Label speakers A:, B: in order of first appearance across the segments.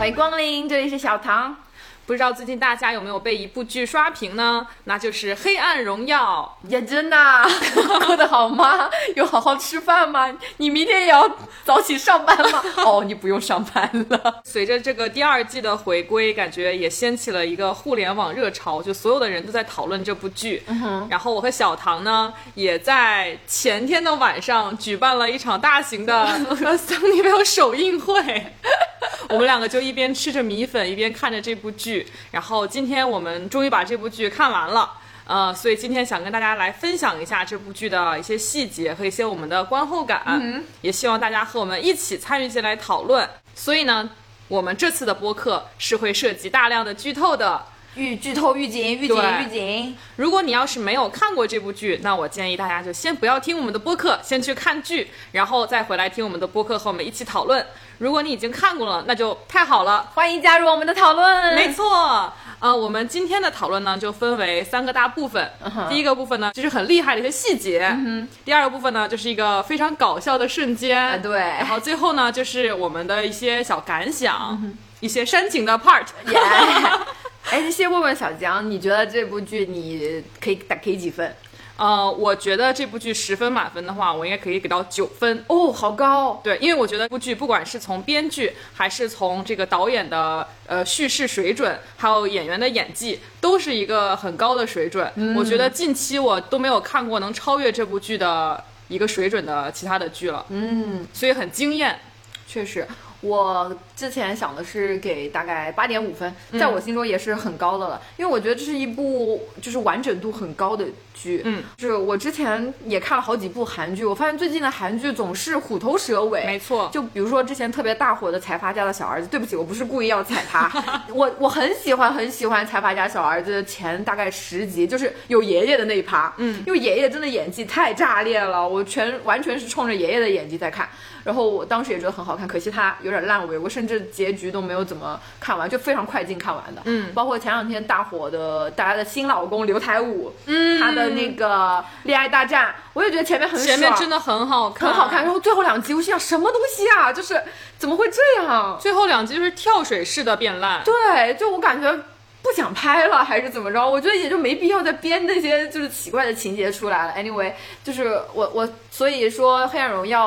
A: 欢迎光临，这里是小唐。
B: 不知道最近大家有没有被一部剧刷屏呢？那就是《黑暗荣耀
A: 也真的啊 过得好吗？ 有好好吃饭吗？你明天也要早起上班吗？ 哦，你不用上班了。》。
B: 随着这个第二季的回归，感觉也掀起了一个互联网热潮，就所有的人都在讨论这部剧。
A: 嗯
B: 然后我和小唐呢，也在前天的晚上举办了一场大型的 桑尼维尔首映会。我们两个就一边吃着米粉，一边看着这部剧。然后今天我们终于把这部剧看完了，呃，所以今天想跟大家来分享一下这部剧的一些细节和一些我们的观后感，也希望大家和我们一起参与进来讨论。所以呢，我们这次的播客是会涉及大量的剧透的。
A: 预剧透、预警、预警、
B: 对
A: 预警。
B: 如果你要是没有看过这部剧，那我建议大家就先不要听我们的播客，先去看剧，然后再回来听我们的播客和我们一起讨论。如果你已经看过了，那就太好了，
A: 欢迎加入我们的讨论。
B: 没错，呃，我们今天的讨论呢就分为三个大部分。
A: 嗯哼嗯
B: 第一个部分呢就是很厉害的一些细节，第二个部分呢就是一个非常搞笑的瞬间，
A: 啊，对，
B: 然后最后呢就是我们的一些小感
A: 嗯
B: 想，一些煽情的 part。
A: 耶。 哎，先问问小江，你觉得这部剧你可以打给几分？
B: 呃，我觉得这部剧十分满分的话，我应该可以给到九分。
A: 哦，好高、
B: 对，因为我觉得这部剧不管是从编剧，还是从这个导演的呃叙事水准，还有演员的演技，都是一个很高的水准。
A: 嗯
B: 我觉得近期我都没有看过能超越这部剧的一个水准的其他的剧了，
A: 嗯，
B: 所以很惊艳。
A: 确实，我之前想的是给大概八点五分，在我心中也是很高的了，因为我觉得这是一部就是完整度很高的剧。
B: 嗯，
A: 就是我之前也看了好几部韩剧，我发现最近的韩剧总是虎头蛇尾。
B: 没错，
A: 就比如说之前特别大火的《财阀家的小儿子》，对不起，我不是故意要踩 他，我我很喜欢很喜欢《财阀家小儿子》的前大概十集，就是有爷爷的那一趴，
B: 嗯，
A: 因为爷爷真的演技太炸裂了，我全完全是冲着爷爷的演技在看，然后我当时也觉得很好看，可惜他有点烂尾，我甚至结局都没有怎么看完，就非常快进看完的，
B: 嗯
A: 包括前两天大火的大家的新老公刘台武，嗯，他的那个恋爱大战，我也觉得前面很爽，
B: 前面真的很好看，
A: 很好看。。然后最后两集，我心想什么东西啊？就是怎么会这样？
B: 最后两集就是跳水式的变烂，
A: 对，就我感觉不想拍了，还是怎么着？我觉得也就没必要再编那些就是奇怪的情节出来了。Anyway，就是我我所以说《黑暗荣耀》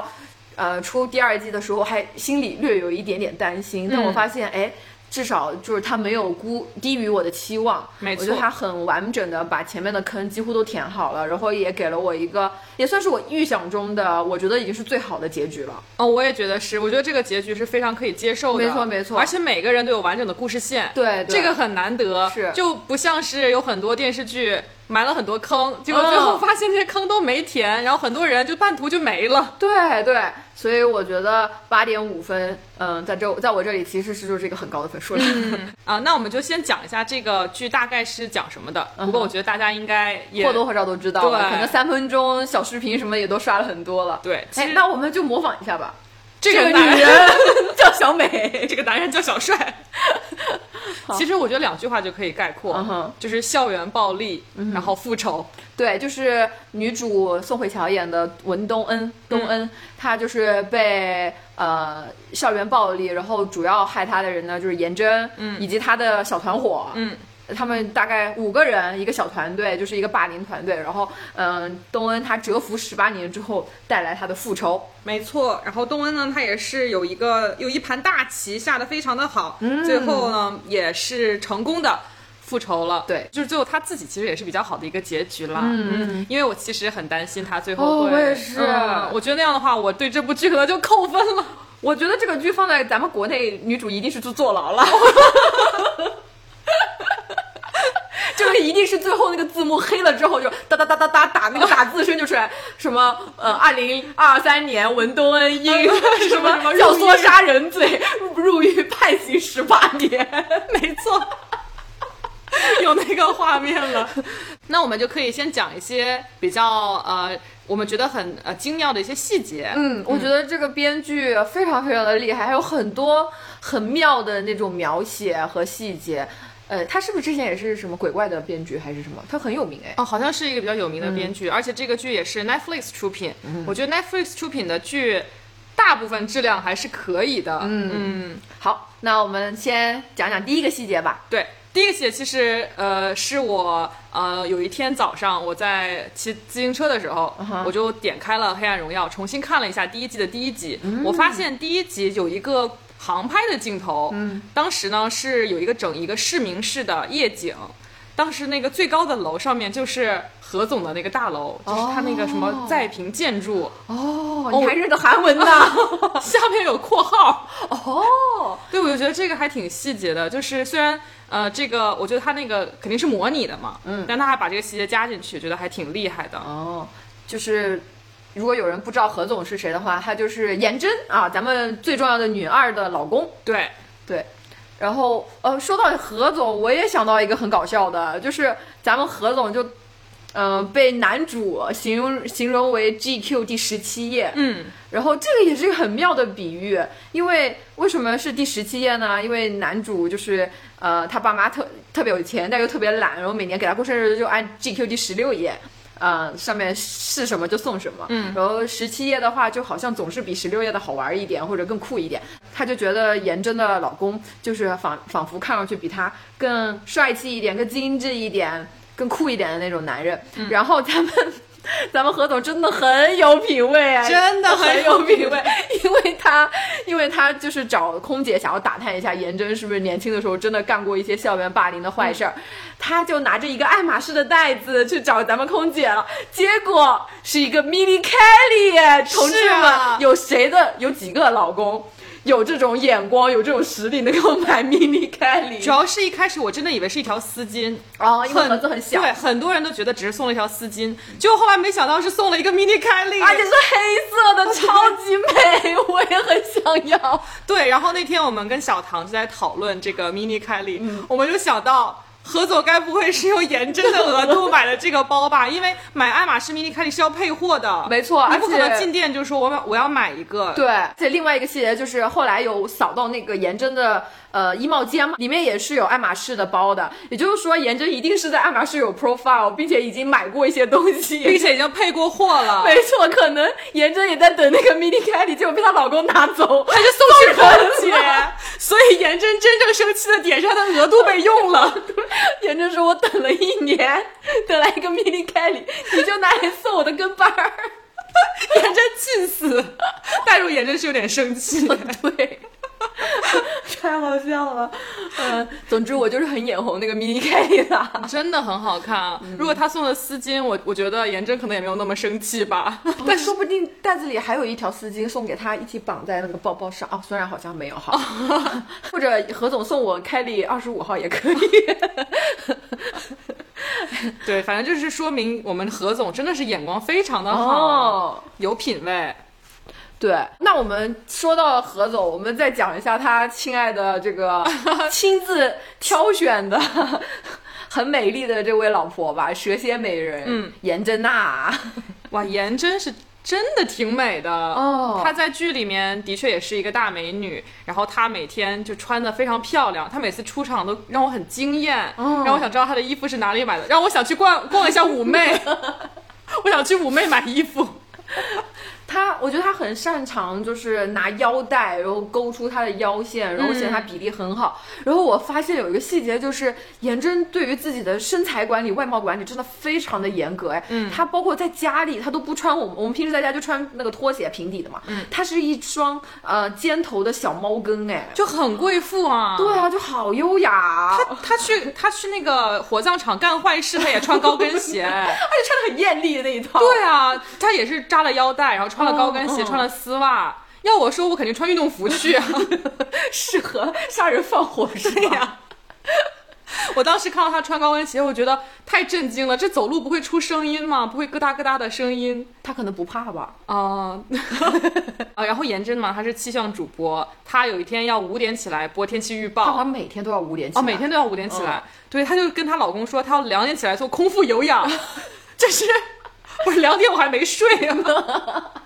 A: 呃出第二季的时候，还心里略有一点点担心，
B: 嗯
A: 但我发现哎。至少就是它没有估低于我的期望，
B: 没错
A: 我觉得它很完整的把前面的坑几乎都填好了，然后也给了我一个也算是我预想中的，我觉得已经是最好的结局了。
B: 哦，我也觉得是，我觉得这个结局是非常可以接受的，
A: 没错没错
B: 而且每个人都有完整的故事线，
A: 对对
B: 这个很难得，
A: 是
B: 就不像是有很多电视剧埋了很多坑，结果最后发现这些坑都没填，然后很多人就半途就没了。
A: 对对，所以我觉得八点五分，嗯，在这在我这里其实是就是一个很高的分数了。
B: 啊，那我们就先讲一下这个剧大概是讲什么的。不过我觉得大家应该也
A: 嗯或多或少都知道了，
B: 对
A: 可能三分钟小视频什么也都刷了很多了。
B: 对，其
A: 哎
B: 实，
A: 那我们就模仿一下吧。
B: 这
A: 这
B: 个
A: 个
B: 男
A: 女 人叫小美，
B: 这个男人叫小 帅。其实我觉得两句话就可以概括
A: 嗯哼嗯
B: 就是校园暴力，然后复仇。
A: 对，就是女主宋慧乔演的文东恩，东恩，她就是被呃校园暴力，然后主要害她的人呢就是颜真，嗯，以及她的小团伙，
B: 嗯。
A: 他们大概五个人一个小团队，就是一个霸凌团队。然后，嗯、东恩他蛰伏十八年之后带来他的复仇，
B: 没错，然后东恩呢，他也是有一个有一盘大棋下的非常的好，
A: 嗯
B: 最后呢也是成功的复仇了。
A: 对
B: 就是最后他自己其实也是比较好的一个结局啦。
A: 嗯
B: 嗯，因为我其实很担心他最
A: 哦
B: 后会，
A: 我也是啊
B: 嗯我觉得那样的话，我对这部剧可能就扣分了。
A: 我觉得这个剧放在咱们国内，女主一定是去坐牢了。就是一定是最后那个字幕黑了之后，就哒哒哒哒哒打那个打字声就出来，什么呃，二零二三年文东恩因什么
B: 什么入狱
A: 教唆杀人罪入狱判刑十八年，
B: 没错，有那个画面 了。那我们就可以先讲一些比较呃，我们觉得很呃精妙的一些细节。
A: 嗯，我觉得这个编剧非常非常的厉害，还有很多很妙的那种描写和细节。呃，他是不是之前也是什么鬼怪的编剧还是什么？他很有名哎。
B: 哦，好像是一个比较有名的编剧，而且这个剧也是 Netflix 出品。我觉得 Netflix 出品的剧，大部分质量还是可以的。嗯
A: 好，那我们先讲讲第一个细节吧。
B: 对，第一个细节其实呃是我呃有一天早上我在骑自行车的时候我就点开了《黑暗荣耀》，重新看了一下第一季的第一集，我发现第一集有一个。航拍的镜头，嗯，当时呢是有一个整一个市民式的夜景，当时那个最高的楼上面就是何总的那个大楼，就是他那个什么在平建筑，
A: 哦，你还认得韩文呢？
B: 下面有括号，
A: 哦，
B: 对，我就觉得这个还挺细节的，就是虽然呃，这个我觉得他那个肯定是模拟的嘛，嗯，但他还把这个细节加进去，觉得还挺厉害的。
A: 哦，就是如果有人不知道何总是谁的话，他就是颜真啊，咱们最重要的女二的老公。
B: 对，
A: 对，然后呃，说到何总，我也想到一个很搞笑的，就是咱们何总就，嗯、被男主形容形容为 GQ 第十七页，
B: 嗯，
A: 然后这个也是一个很妙的比喻，因为为什么是第十七页呢？因为男主就是呃，他爸妈特特别有钱，但又特别懒，然后每年给他过生日就按 GQ 第十六页。啊、上面是什么就送什么，嗯，然后十七页的话，就好像总是比十六页的好玩一点，或者更酷一点。她就觉得颜真的老公就是仿仿佛看上去比她更帅气一点、更精致一点、更酷一点的那种男人。
B: 嗯
A: 然后咱们 咱们何总真的很有品味啊，
B: 真的很
A: 很
B: 有
A: 有
B: 品
A: 品
B: 味
A: 味， 因为他，因为他就是找空姐想要打探一下颜真是不是年轻的时候真的干过一些校园霸凌的坏事
B: 嗯
A: 儿，他就拿着一个爱马仕的袋子去找咱们空姐了，结果是一个 mini Kelly，同志们，
B: 是啊
A: 有谁的有几个老公有这种眼光，有这种实力能够买 mini
B: 主
A: Kelly？
B: 要是一开始我真的以为是一条丝巾，
A: 哦，因为盒子很小，
B: 对，很多人都觉得只是送了一条丝巾，结果后来没想到是送了一个 mini 凯莉，
A: 而且是 黑色的，超级美，我也很想要。
B: 对，然后那天我们跟小唐就在讨论这个 mini 凯莉，我们就想到。何总该不会是用颜真的额度买了这个包吧？因为买爱马仕 mini 凯莉是要配货的，
A: 没错
B: 你不
A: 而
B: 可
A: 且
B: 能进店就说我买我要买一个。
A: 对，这另外一个细节就是后来有扫到那个颜真的呃衣帽间嘛，里面也是有爱马仕的包的，也就是说颜真一定是在爱马仕有 profile，并且已经买过一些东
B: 并
A: 西。
B: 且已经配过货了，
A: 没错，可能颜真也在等那个 mini Kelly，结果被她老公拿走，她就送去
B: 而且， 所以颜真真正生气的点是她的额度被用了。
A: 颜真说：“我等了一年，等来一个 mini Kelly，你就拿来送我的跟班儿。
B: 颜真气死，代入颜真是有点生气。”
A: 对， 太好笑了。 嗯、总之我就是很眼红那个 mini Kelly 啦。
B: 真的很好看啊！如果他送的丝巾，我我觉得颜真可能也没有那么生气吧。
A: 但说不定袋子里还有一条丝巾送给他，一起绑在那个包包上。哦，虽然好像没有哈， 或者何总送我凯莉二十五号也可以。
B: 对，反正就是说明我们何总真的是眼光非常的好，，有品位。
A: 对，那我们说到何总，我们再讲一下他亲爱的这 个亲自挑选的 很美丽的这位老婆吧，蛇蝎美人，
B: 嗯，
A: 颜真娜。
B: 哇，颜真是真的挺美的
A: 哦
B: 她在剧里面的确也是一个大美女，然后她每天就穿的非常漂亮，她每次出场都让我很惊艳，
A: 哦
B: 让我想知道她的衣服是哪里买的，让我想去逛逛一下妩媚，我想去妩媚买衣服。
A: 他，我觉得他很擅长，就是拿腰带，然后勾出他的腰线，然后显得他比例很好。然后我发现有一个细节，就是颜真对于自己的身材管理、外貌管理真的非常的严格。哎，嗯，他包括在家里，他都不穿我们我们平时在家就穿那个拖鞋平底的嘛，嗯，他是一双呃尖头的小猫跟，哎，
B: 就很贵妇啊。
A: 对啊，就好优雅，啊
B: 他他哦去他去那个火葬场干坏事，他也穿高跟鞋。
A: 而且穿的很艳丽的那一套，
B: 对啊，他也是扎了腰带，然后穿了高跟鞋，
A: 嗯嗯
B: 穿了丝袜。要我说，我肯定穿运动服去啊。
A: 适合杀人放火是吧？
B: 我当时看到他穿高跟鞋，我觉得太震惊了。这走路不会出声音吗？不会咯哒咯哒的声音
A: 他可能不怕吧？
B: 啊、 啊！然后颜真嘛，她是气象主播，她有一天要五点起来播天气预
A: 他
B: 报
A: 好。像每天都要五点起
B: 哦，
A: 来，嗯
B: 每天都要五点起来。对，她就跟她老公说，她要两点起来做空腹有氧， 这是不是两点我还没睡呢？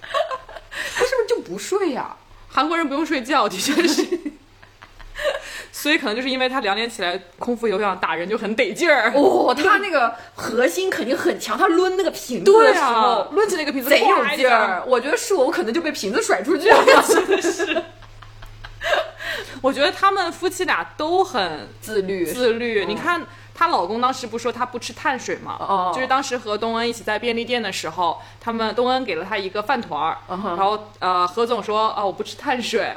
A: 他是不是就不睡呀、
B: 韩国人不用睡觉，的确是。 所以可能就是因为她两点起来空腹有氧打人就很得劲儿。
A: 哦，他那个核心肯定很强，他抡那个瓶子
B: 对
A: 的时
B: 啊
A: 候，，
B: 抡起那个瓶子
A: 贼有
B: 哗一
A: 劲
B: 下
A: 啊儿。我觉得是我，我可能就被瓶子甩出去了。
B: 真的是。我觉得他们夫妻俩都很
A: 自律，
B: 自律。
A: 嗯
B: 你看她老公当时不说他不吃碳水嘛，
A: 哦
B: 就是当时和东恩一起在便利店的时候，他们东恩给了他一个饭团儿，
A: 嗯哼
B: 然后呃何总说啊我不吃碳 水，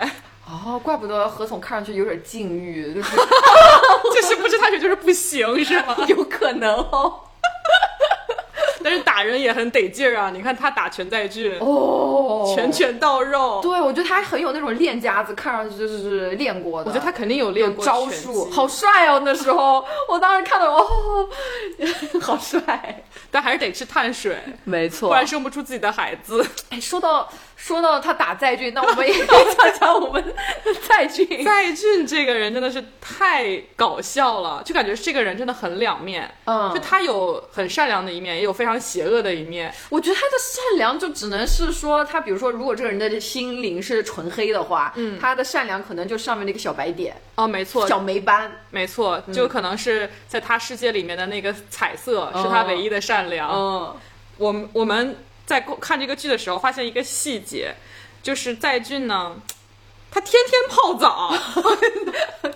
A: 哦，怪不得何总看上去有点禁欲，就是
B: 就是不吃碳水就是不行是吗？
A: 有可能哦。
B: 但是打人也很得劲儿啊，你看他打全在俊，
A: 哦，
B: 拳拳到肉，
A: 对，我觉得他很有那种练家子，看上去就是练过的。
B: 我觉得他肯定有
A: 有
B: 练过
A: 招
B: 拳
A: 数，
B: 击
A: 好帅哦！那时候我当时看到哦， 好帅，
B: 但还是得吃碳水，
A: 没错
B: 不然生不出自己的孩 子。
A: 哎，说到说到他打载俊，那我们 也要讲讲我们载俊。
B: 戴俊这个人真的是太搞笑了，就感觉这个人真的很两面，
A: 嗯
B: 就他有很善良的一面，也有非常邪恶的一面。
A: 我觉得他的善良就只能是说他，比如说，如果这个人的心灵是纯黑的话，嗯，他的善良可能就上面那个小白点、
B: 哦，没错，
A: 小嗯霉斑，
B: 没错，就可能是在他世界里面的那个彩色、
A: 哦
B: 是他唯一的善良。
A: 嗯，
B: 我们我们在看这个剧的时候发现一个细节，就是戴俊呢，他天天泡澡。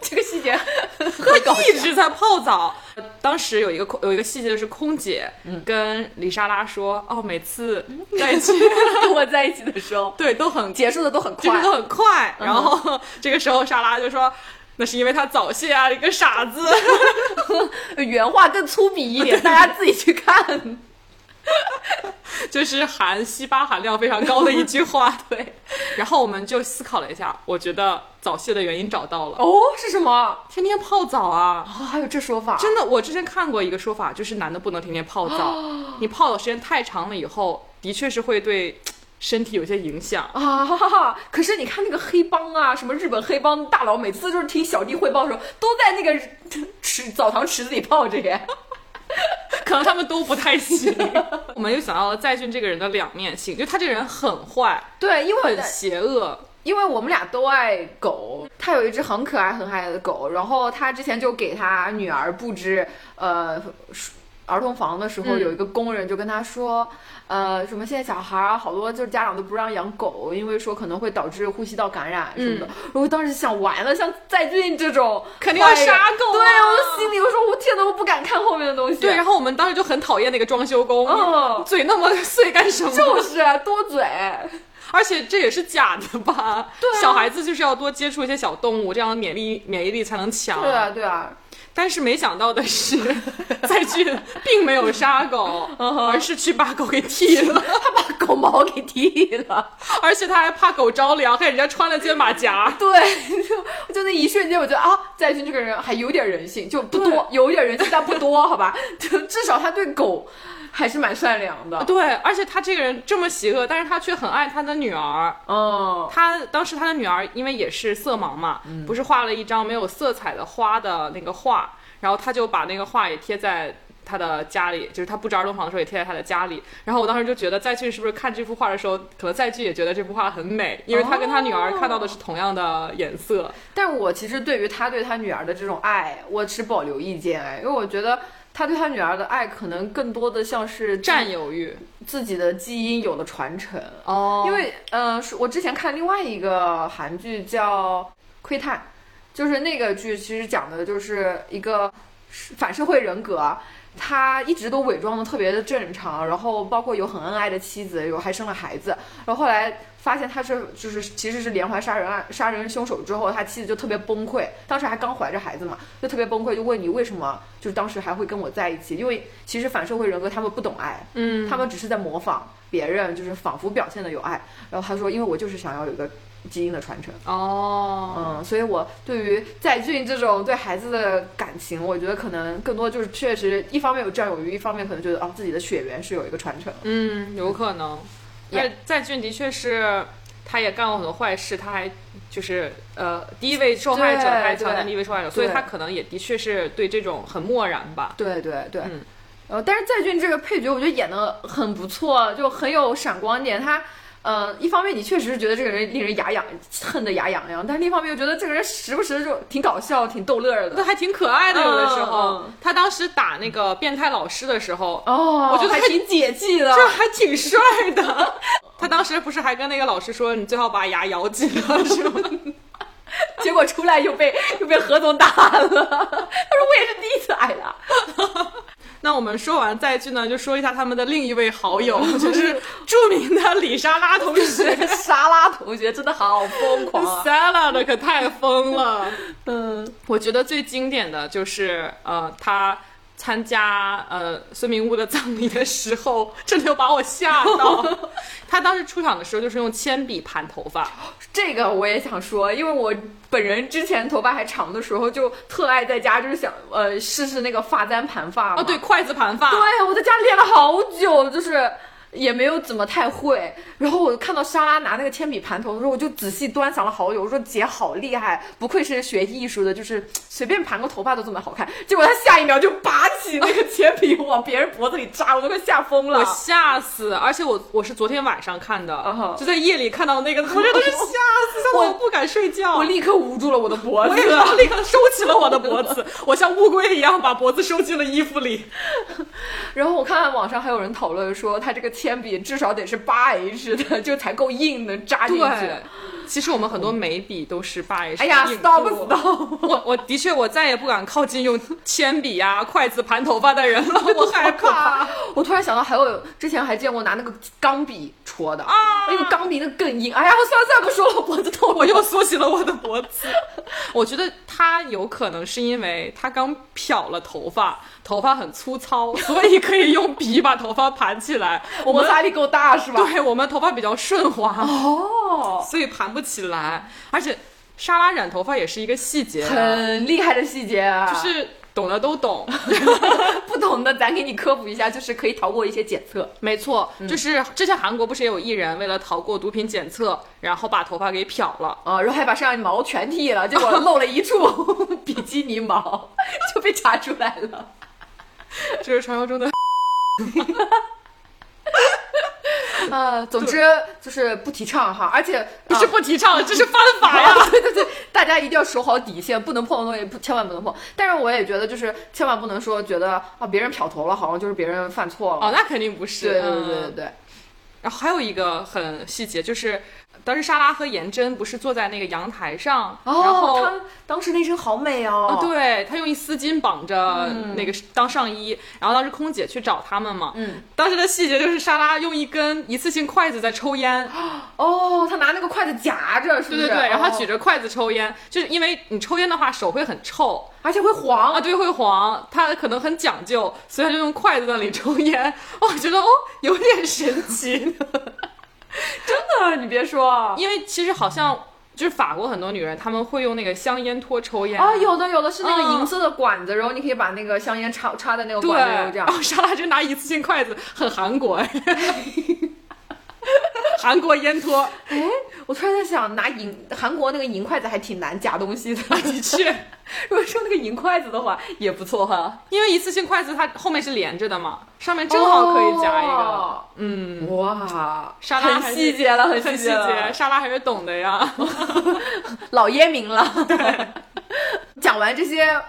A: 这个细节 很 搞
B: 他
A: 笑
B: 一直在泡澡。呃当时有一个空有一个细节就是空姐
A: 嗯
B: 跟李莎拉说，哦，每次在一 起
A: 跟我在一起的时候，
B: 对都很
A: 结束的都很
B: 就是
A: 嗯快嗯
B: 都，很快。然后 这个时候莎拉就说，那是因为他早泄啊，一个傻 子。
A: 原话更粗鄙一 点，大家自己去看。
B: 就是含稀巴含量非常高的一句话。
A: 对，
B: 然后我们就思考了一下，我觉得早泄的原因找到了，
A: 哦，是什么？
B: 天天泡澡啊。
A: 哦，还有这说法？
B: 真的，我之前看过一个说法，就是男的不能天天泡 澡，你泡澡时间太长了以后，的确是会对身体有些影响。
A: 啊！哈哈！可是你看那个黑帮啊，什么日本黑帮大佬，每次就是听小弟汇报的时候，都在那个 池澡堂池子里泡着耶。
B: 可能他们都不太 行。我们又想到了在俊这个人的两面性，就他这个人很坏，
A: 对，因为
B: 很邪恶。
A: 因为我们俩都爱狗，他有一只很可爱很可爱的狗，然后他之前就给他女儿布置呃儿童房的时候，
B: 嗯
A: 有一个工人就跟他说，呃，什么现在小孩儿好多就是家长都不让养狗，因为说可能会导致呼吸道感染什么的。然后我当时想完了，像载俊这种
B: 嗯肯定要
A: 坏人
B: 杀狗啊
A: 对，我心里我说我天呐，我不敢看后面的东西。
B: 对，然后我们当时就很讨厌那个装修工，
A: 嗯
B: 嘴那么碎干什么？
A: 就是啊多 嘴，
B: 而且这也是假的吧？对、
A: 啊
B: 小孩子就是要多接触一些小动物，这样免疫免疫力才能强。
A: 对啊对啊，
B: 但是没想到的是， 在俊并没有杀狗，
A: 嗯
B: 而是去把狗给剃了，
A: 他把 狗毛给剃了。
B: 而且他还怕狗着凉，看人家穿了件马 甲。
A: 对，就就那一瞬间，我觉得啊，载俊这个人还有点人性，就不多，有一点人性，但不多，好吧？就至少他对狗还是蛮善良的。
B: 对，而且他这个人这么邪恶，但是他却很爱他的女儿。
A: 嗯，
B: 他当时他的女儿因为也是色盲嘛，不是画了一张没有色彩的花的那个画，然后他就把那个画也贴在。他的家里，就是他布置儿童房的时候也贴在他的家里。然后我当时就觉得，再俊是不是看这幅画的时候，可能再俊也觉得这幅画很美，因为他跟他女儿看到的是同样的颜色。
A: 但我其实对于他对他女儿的这种爱，我持保留意见，哎，因为我觉得。他对他女儿的爱，可能更多的像是自
B: 占有欲
A: 自己的基因有了传承，
B: 哦
A: 因
B: 因为
A: 为呃，是我之前看另外一个韩剧叫《窥探》，就是那个剧其实讲的就是一个是反社会人格，他一直都伪装的特别的正常，然后包括有很恩爱的妻子，有还生了孩子，然后后来发现他是就是其实是连环杀人案杀人凶手之后，他妻子就特别崩溃，当时还刚怀着孩子嘛，就特别崩溃，就问你为什么就是当时还会跟我在一起，因为其实反社会人格他们不懂爱，
B: 嗯，
A: 他们只是在模仿别人，就是仿佛表现的有爱。然后他说，因为我就是想要有一个基因的传承，
B: 哦，
A: 嗯，所以我对于载俊这种对孩子的感情，我觉得可能更多就是确实一方面有占有欲，一方面可能觉得哦自己的血缘是有一个传承。
B: 嗯，有可能。
A: Yeah
B: 但在俊的确是，他也干过很多坏事，他还就是呃第一位受害者，
A: 对
B: 他还强
A: 对
B: 占第一位受害者，所以
A: 对
B: 他可能也的确是对这种很漠然吧。
A: 对对对，
B: 嗯
A: 呃，但是载俊这个配角，我觉得演的很不错，就很有闪光点。他，呃，一方面你确实是觉得这个人令人牙痒，恨得牙痒痒，但是另一方面又觉得这个人时不时就挺搞笑、挺逗乐儿
B: 那
A: 的。
B: 还挺可爱的，有的时候、
A: 嗯嗯
B: 他当时打那个变态老师的时候，
A: 哦，
B: 我觉得
A: 还
B: 他
A: 挺解气的，
B: 这还挺帅 的。他当时不是还跟那个老师说：“你最好把牙咬紧了，是吗？”
A: 结果出来又被又被何总打了。他 说我也是第一次挨打。
B: 那我们说完再剧呢，就说一下他们的另一位好友，就是著名的李莎拉同学。
A: 沙拉同学真的好疯狂啊！
B: Salad 可太疯了。嗯，我觉得最经典的就是呃，他参加呃孙明悟的葬礼的时候，真的有把我吓 到。他当时出场的时候就是用铅笔盘头发，
A: 这个我也想说，因为我本人之前头发还长的时候，就特爱在家就是想呃试试那个发簪盘发嘛。
B: 哦，对，筷子盘发。
A: 对，啊我在家练了好久，就是也没有怎么太会。然后我看到莎拉拿那个铅笔盘头的时候，我就仔细端详了好久，我说姐好厉害，不愧是学艺术的，就是随便盘个头发都这么好看。结果她下一秒就拔起那个铅笔往别人脖子里扎，我都快吓疯了
B: 我。吓死！而且我我是昨天晚上看的
A: 哈
B: 就在夜里看到那个，我真的是吓死，吓得我不敢睡觉。
A: 我立刻捂住了我的脖
B: 我也
A: 子。
B: 立刻收起了我的脖子，我像乌龟一样把脖子收进了衣服里。
A: 然后我看网上还有人讨论说，他这个铅笔至少得是八 H 的，就才够硬能扎进去。，
B: 其实我们很多眉笔都是八 H。
A: 嗯哎呀，stop
B: 不
A: stop！
B: 我我的确，我再也不敢靠近用铅笔呀、 筷子盘头发的人了，我害怕。
A: 我突然想到，还有之前还见过拿那个钢笔戳的
B: 啊
A: 那个钢笔那个更硬。哎呀，我算了算了，不说了，我脖子痛。
B: 我又缩起了我的脖子。 我觉得他有可能是因为他刚漂了头发，头发很粗糙，所以可以用笔把头发盘起来。 我
A: 摩
B: 们
A: 擦力够大是吧？
B: 对啊我们头发比较顺滑，
A: 哦，
B: 所以盘不起来。而且沙拉染头发也是一个细节啊，
A: 很厉害的细节啊！
B: 就是懂的都懂。
A: 不懂的，咱给你科普一下，就是可以逃过一些检测。
B: 没错，
A: 嗯
B: 就是之前韩国不是也有艺人为了逃过毒品检测，然后把头发给漂 了。
A: 啊，然后还把身上毛全剃了，结果露了一处比基尼毛， 就被查出来了。
B: 这是传说中的
A: 呃，总之就是不提倡哈，而且
B: 不 是不提 倡，这是犯法呀！
A: 啊，对对对，大家一定要守好底线，不能碰的东西不千万不能碰。但是我也觉得，就是千万不能说觉得啊，别人漂头了，好像就是别人犯错了。
B: 哦，那肯定不是。
A: 对对对对
B: 嗯
A: 对对，
B: 然后还有一个很细节，就是当时莎拉和颜真不是坐在那个阳台上，然后
A: 哦，他当时那身好美
B: 啊
A: 哦，，
B: 对他用一丝巾绑着那个当上衣，然后当时空姐去找他们嘛，
A: 嗯，
B: 当时的细节就是莎拉用一根一次性筷子在抽烟，
A: 哦，他拿那个筷子夹着，是不
B: 对
A: 是？哦
B: 对对，然后他举
A: 着，
B: 着筷子抽烟，就是因为你抽烟的话手会很臭
A: 而且会黄
B: 啊，，对，会黄，他可能很讲究，所以他就用筷子在那里抽烟， 我觉得哦有点神奇，
A: 真 的，你别说啊，
B: 因为其实好像。就是法国很多女人，她们会用那个香烟托抽烟
A: 啊，有的有的是那个
B: 嗯
A: 银色的管子，然后你可以把那个香烟插插在那个
B: 对，
A: 管子里，这样
B: 然。后沙拉真拿一次性筷子，很韩国哎。 韩国烟托，
A: 哎，我突然在想，拿银韩国那个银筷子还挺难夹东西的，
B: 的确，
A: 如果是用那个银筷子的话也不错哈。
B: 因为一次性筷子它后面是连着的嘛，上面正好可以夹一个。
A: 哦
B: 嗯，
A: 哇，
B: 沙拉还
A: 很
B: 是
A: 细节了，很
B: 很细
A: 节了，
B: 节，沙拉还是懂的呀。
A: 老烟民了。 讲完这些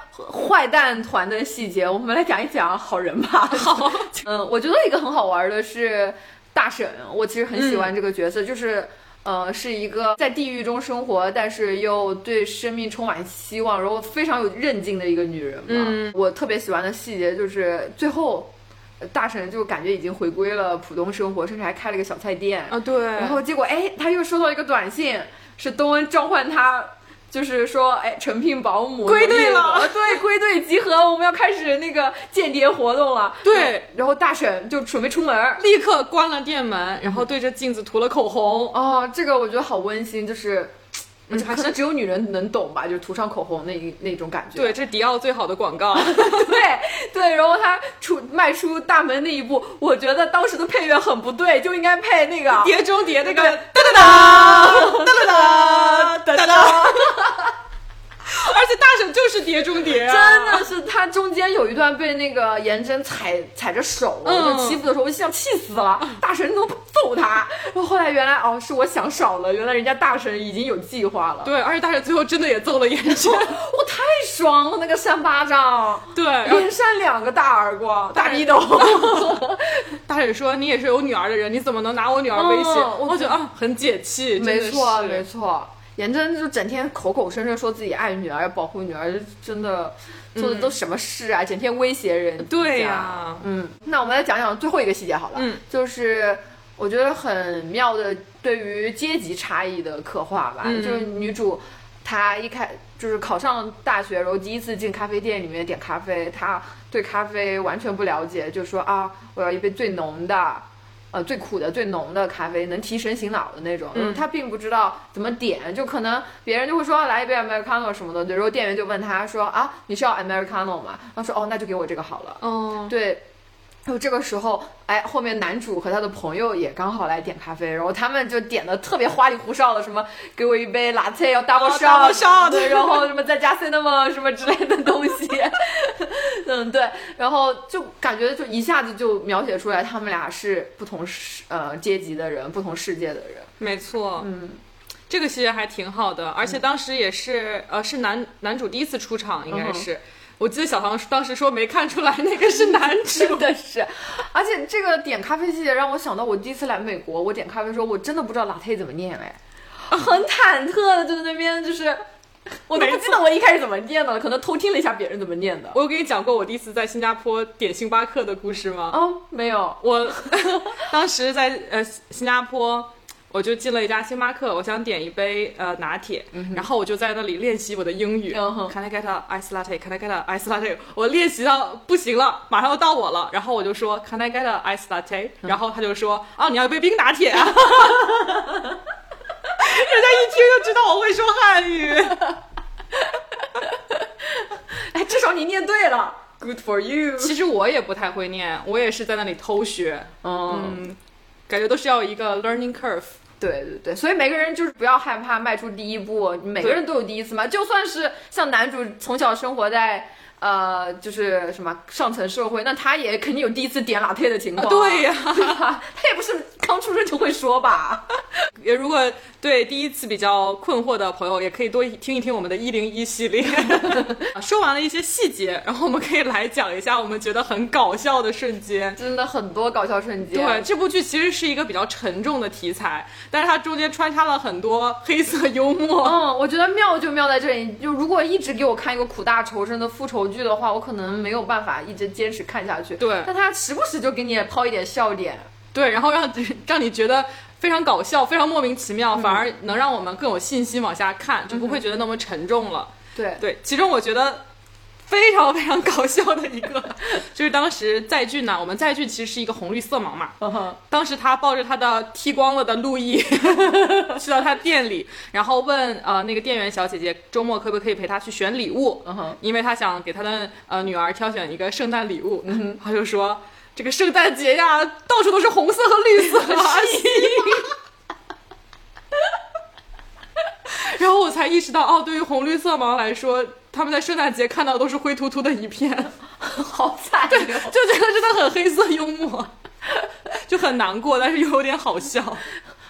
A: 坏蛋团的细节，我们来讲一讲好人吧。好， 嗯，我觉得一个很好玩的是大婶，我其实很喜欢这个角色，就是。呃，是一个在地狱中生活，但是又对生命充满希望，然后非常有韧劲的一个女人嘛。
B: 嗯
A: 我特别喜欢的细节就是最后，呃大婶就感觉已经回归了普通生活，甚至还开了个小菜店。
B: 啊，对。
A: 然后结果哎，他又收到一个短信，是东恩召唤他，就是说哎，诚聘保姆
B: 归队了，
A: 奴隶对，归队集合，我们要开始那个间谍活动了。
B: 对，
A: 然后大婶就准备出门儿。
B: 立刻关了店门，然后对着镜子涂了口红。
A: 哦，这个我觉得好温馨，就是。
B: 嗯还
A: 可能只有女人能懂吧，就是涂上口红那一那种感觉。
B: 对，这是迪奥最好的广告。
A: 对对，然后他出迈出大门那一步，我觉得当时的配乐很不对，就应该配那个
B: 《碟中谍》那个
A: 对
B: 哒哒哒哒哒哒哒，而且大婶就是《碟中谍》啊，
A: 真的是他中间有一段被那个颜真踩踩着手，
B: 嗯
A: 就欺负的时候，我就想气死了，大神怎么不揍他？然后后来原来哦，是我想少了，原来人家大神已经有计划了，
B: 对，而且大婶最后真的也揍了严 正，
A: 我太爽了，那个扇巴掌，
B: 对，然后
A: 连扇两个大耳光，大逼斗。
B: 大婶说你也是有女儿的人，你怎么能拿我女儿威胁？
A: 嗯我
B: 我觉得啊，很解气，
A: 没错，
B: 真的
A: 没
B: 是
A: 错。颜真就整天口口声声说自己爱女儿、要保护女儿，真的做的都什么事啊？整天威胁人。
B: 对呀、
A: 嗯，那我们来讲讲最后一个细节好了，
B: 嗯，
A: 就是我觉得很妙的对于阶级差异的刻画吧，
B: 嗯
A: 就是女主她一开就是考上大学，然后第一次进咖啡店里面点咖啡，她对咖啡完全不了解，就说啊，我要一杯最浓的。呃，最苦的、最浓的咖啡能提神醒脑的那种，
B: 嗯
A: 她并不知道怎么点，就可能别人就会说来一杯 Americano 什么的，然后店员就问她说啊，你是要 Americano 吗？她说哦，那就给我这个好了。
B: 哦，
A: 对。然后这个时候，哎，后面男主和他的朋友也刚好来点咖啡，然后他们就点的特别花里胡哨的，什么给我一杯 latte 要 double
B: 哦，double shot
A: 对，然后什么再加 cinnamon 什么之类的东西， 嗯，对，然后就感觉就一下子就描写出来他们俩是不同世呃阶级的人，不同世界的人，
B: 没错，
A: 嗯，
B: 这个其实还挺好的，而且当时也是，呃，是男男主第一次出场，
A: 嗯
B: 应该是。我记得小唐当时说没看出来那个是男
A: 真
B: 主，
A: 的是，而且这个点咖啡细节让我想到我第一次来美国，我点咖啡的时候，我真的不知道 latte 怎么念，哎，很忐忑的就在那边就是。我都不记得我一开始怎么念的了，可能偷听了一下别人怎么念的。
B: 我有跟你讲过我第一次在新加坡点星巴克的故事吗？
A: 哦，没有，
B: 我 当时在呃新加坡，我就进了一家星巴克，我想点一杯呃拿铁，然后我就在那里练习我的英语。
A: 嗯哼
B: Can I get a ice latte? Can I get a ice latte? 我练习到不行了，马上要到我了，然后我就说 Can I get a ice latte？、然
A: 嗯
B: 后他就说啊，你要一杯冰拿铁 啊。人家一听就知道我会说汉语。
A: 哎，至少你念对了，Good for you。
B: 其实我也不太会念，我也是在那里偷学，
A: 嗯，
B: 感觉都是要一个 learning curve。
A: 对对对，所以每个人就是不要害怕迈出第一步，每个
B: 对
A: 人都有第一次嘛。就算是像男主从小生活在呃，就是什么上层社会，那他也肯定有第一次点 latte 的情况、
B: 对呀、
A: 啊对吧？ 他也不是刚出生就会说吧？
B: 也如果对第一次比较困惑的朋友，也可以多听一听我们的一零一系列。说完了一些细节，然后我们可以来讲一下我们觉得很搞笑的瞬间。
A: 真的很多搞笑瞬间。
B: 对，这部剧其实是一个比较沉重的题材，但是它中间穿插了很多黑色幽默。
A: 嗯，我觉得妙就妙在这里，就如果一直给我看一个苦大仇深的复仇剧的话，我可能没有办法一直坚持看下去。
B: 对
A: 但他时不时就给你抛一点笑点，
B: 对，然后让让你 觉得非常搞笑，非常莫名其妙，反而能让我们更有信心往下看，就不会觉得那么沉重了。
A: 对，
B: 对，其中我觉得非常非常搞笑的一个， 就是当时载俊呢，我们载俊其实是一个红绿色盲嘛，
A: 嗯哼，
B: 当时他抱着他的剃光了的路易 去到他店里，然后问呃那个店员小姐姐周末可不可以陪他去选礼物，
A: 嗯哼，
B: 因为他想给他的呃女儿挑选一个圣诞礼物，
A: 嗯
B: 他就说。这个圣诞节呀，到处都是红色和绿色 啊！ 然后我才意识到，哦，对于红绿色盲来说，他们在圣诞节看到都是灰秃秃的一片，
A: 好 惨
B: 对，就
A: 哟。
B: 觉得真的很黑色幽默，就很难过，但是又有点好笑。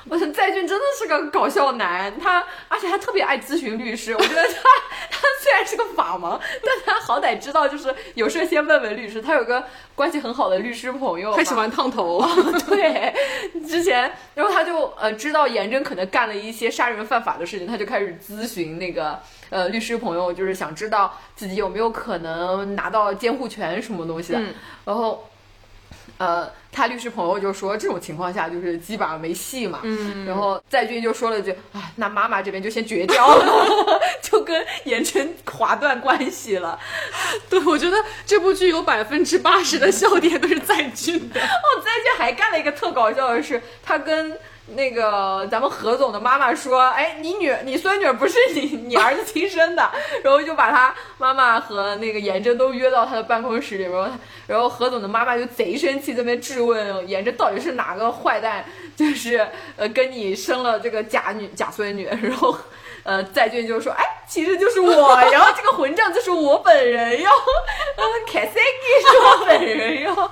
A: 我的载俊真的是个搞笑男，他而且他特别爱咨询律师。我觉得他他虽然是个法盲，但他好歹知道就是有事先问问律师。他有个关系很好的律师朋友嘛，
B: 他喜欢烫头，
A: 对，之前，然后他就呃知道严真可能干了一些杀人犯法的事情，他就开始咨询那个呃律师朋友，就是想知道自己有没有可能拿到监护权什么东西的。
B: 嗯
A: 然后，呃，他律师朋友就说这种情况下就是基本上没戏嘛。
B: 嗯
A: 然后在俊就说了一句：“啊，那妈妈这边就先绝掉了， 就跟严真划断关系了。”
B: 对我觉得这部剧有百分之八十的笑点都是在俊的，
A: 我在这还干了一个特搞笑的事，他跟那个咱们何总的妈妈说：“哎，你女你孙女不是你你儿子亲生的。”然后就把他妈妈和那个颜真都约到他的办公室里边儿，然后何总的妈妈就贼生气，在那边质问颜真到底是哪个坏蛋，就是呃跟你生了这个假女假孙女，然后。呃，在俊就说：“哎，其实就是我，然后这个混账就是我本人哟，呃凯塞基是我本人哟。”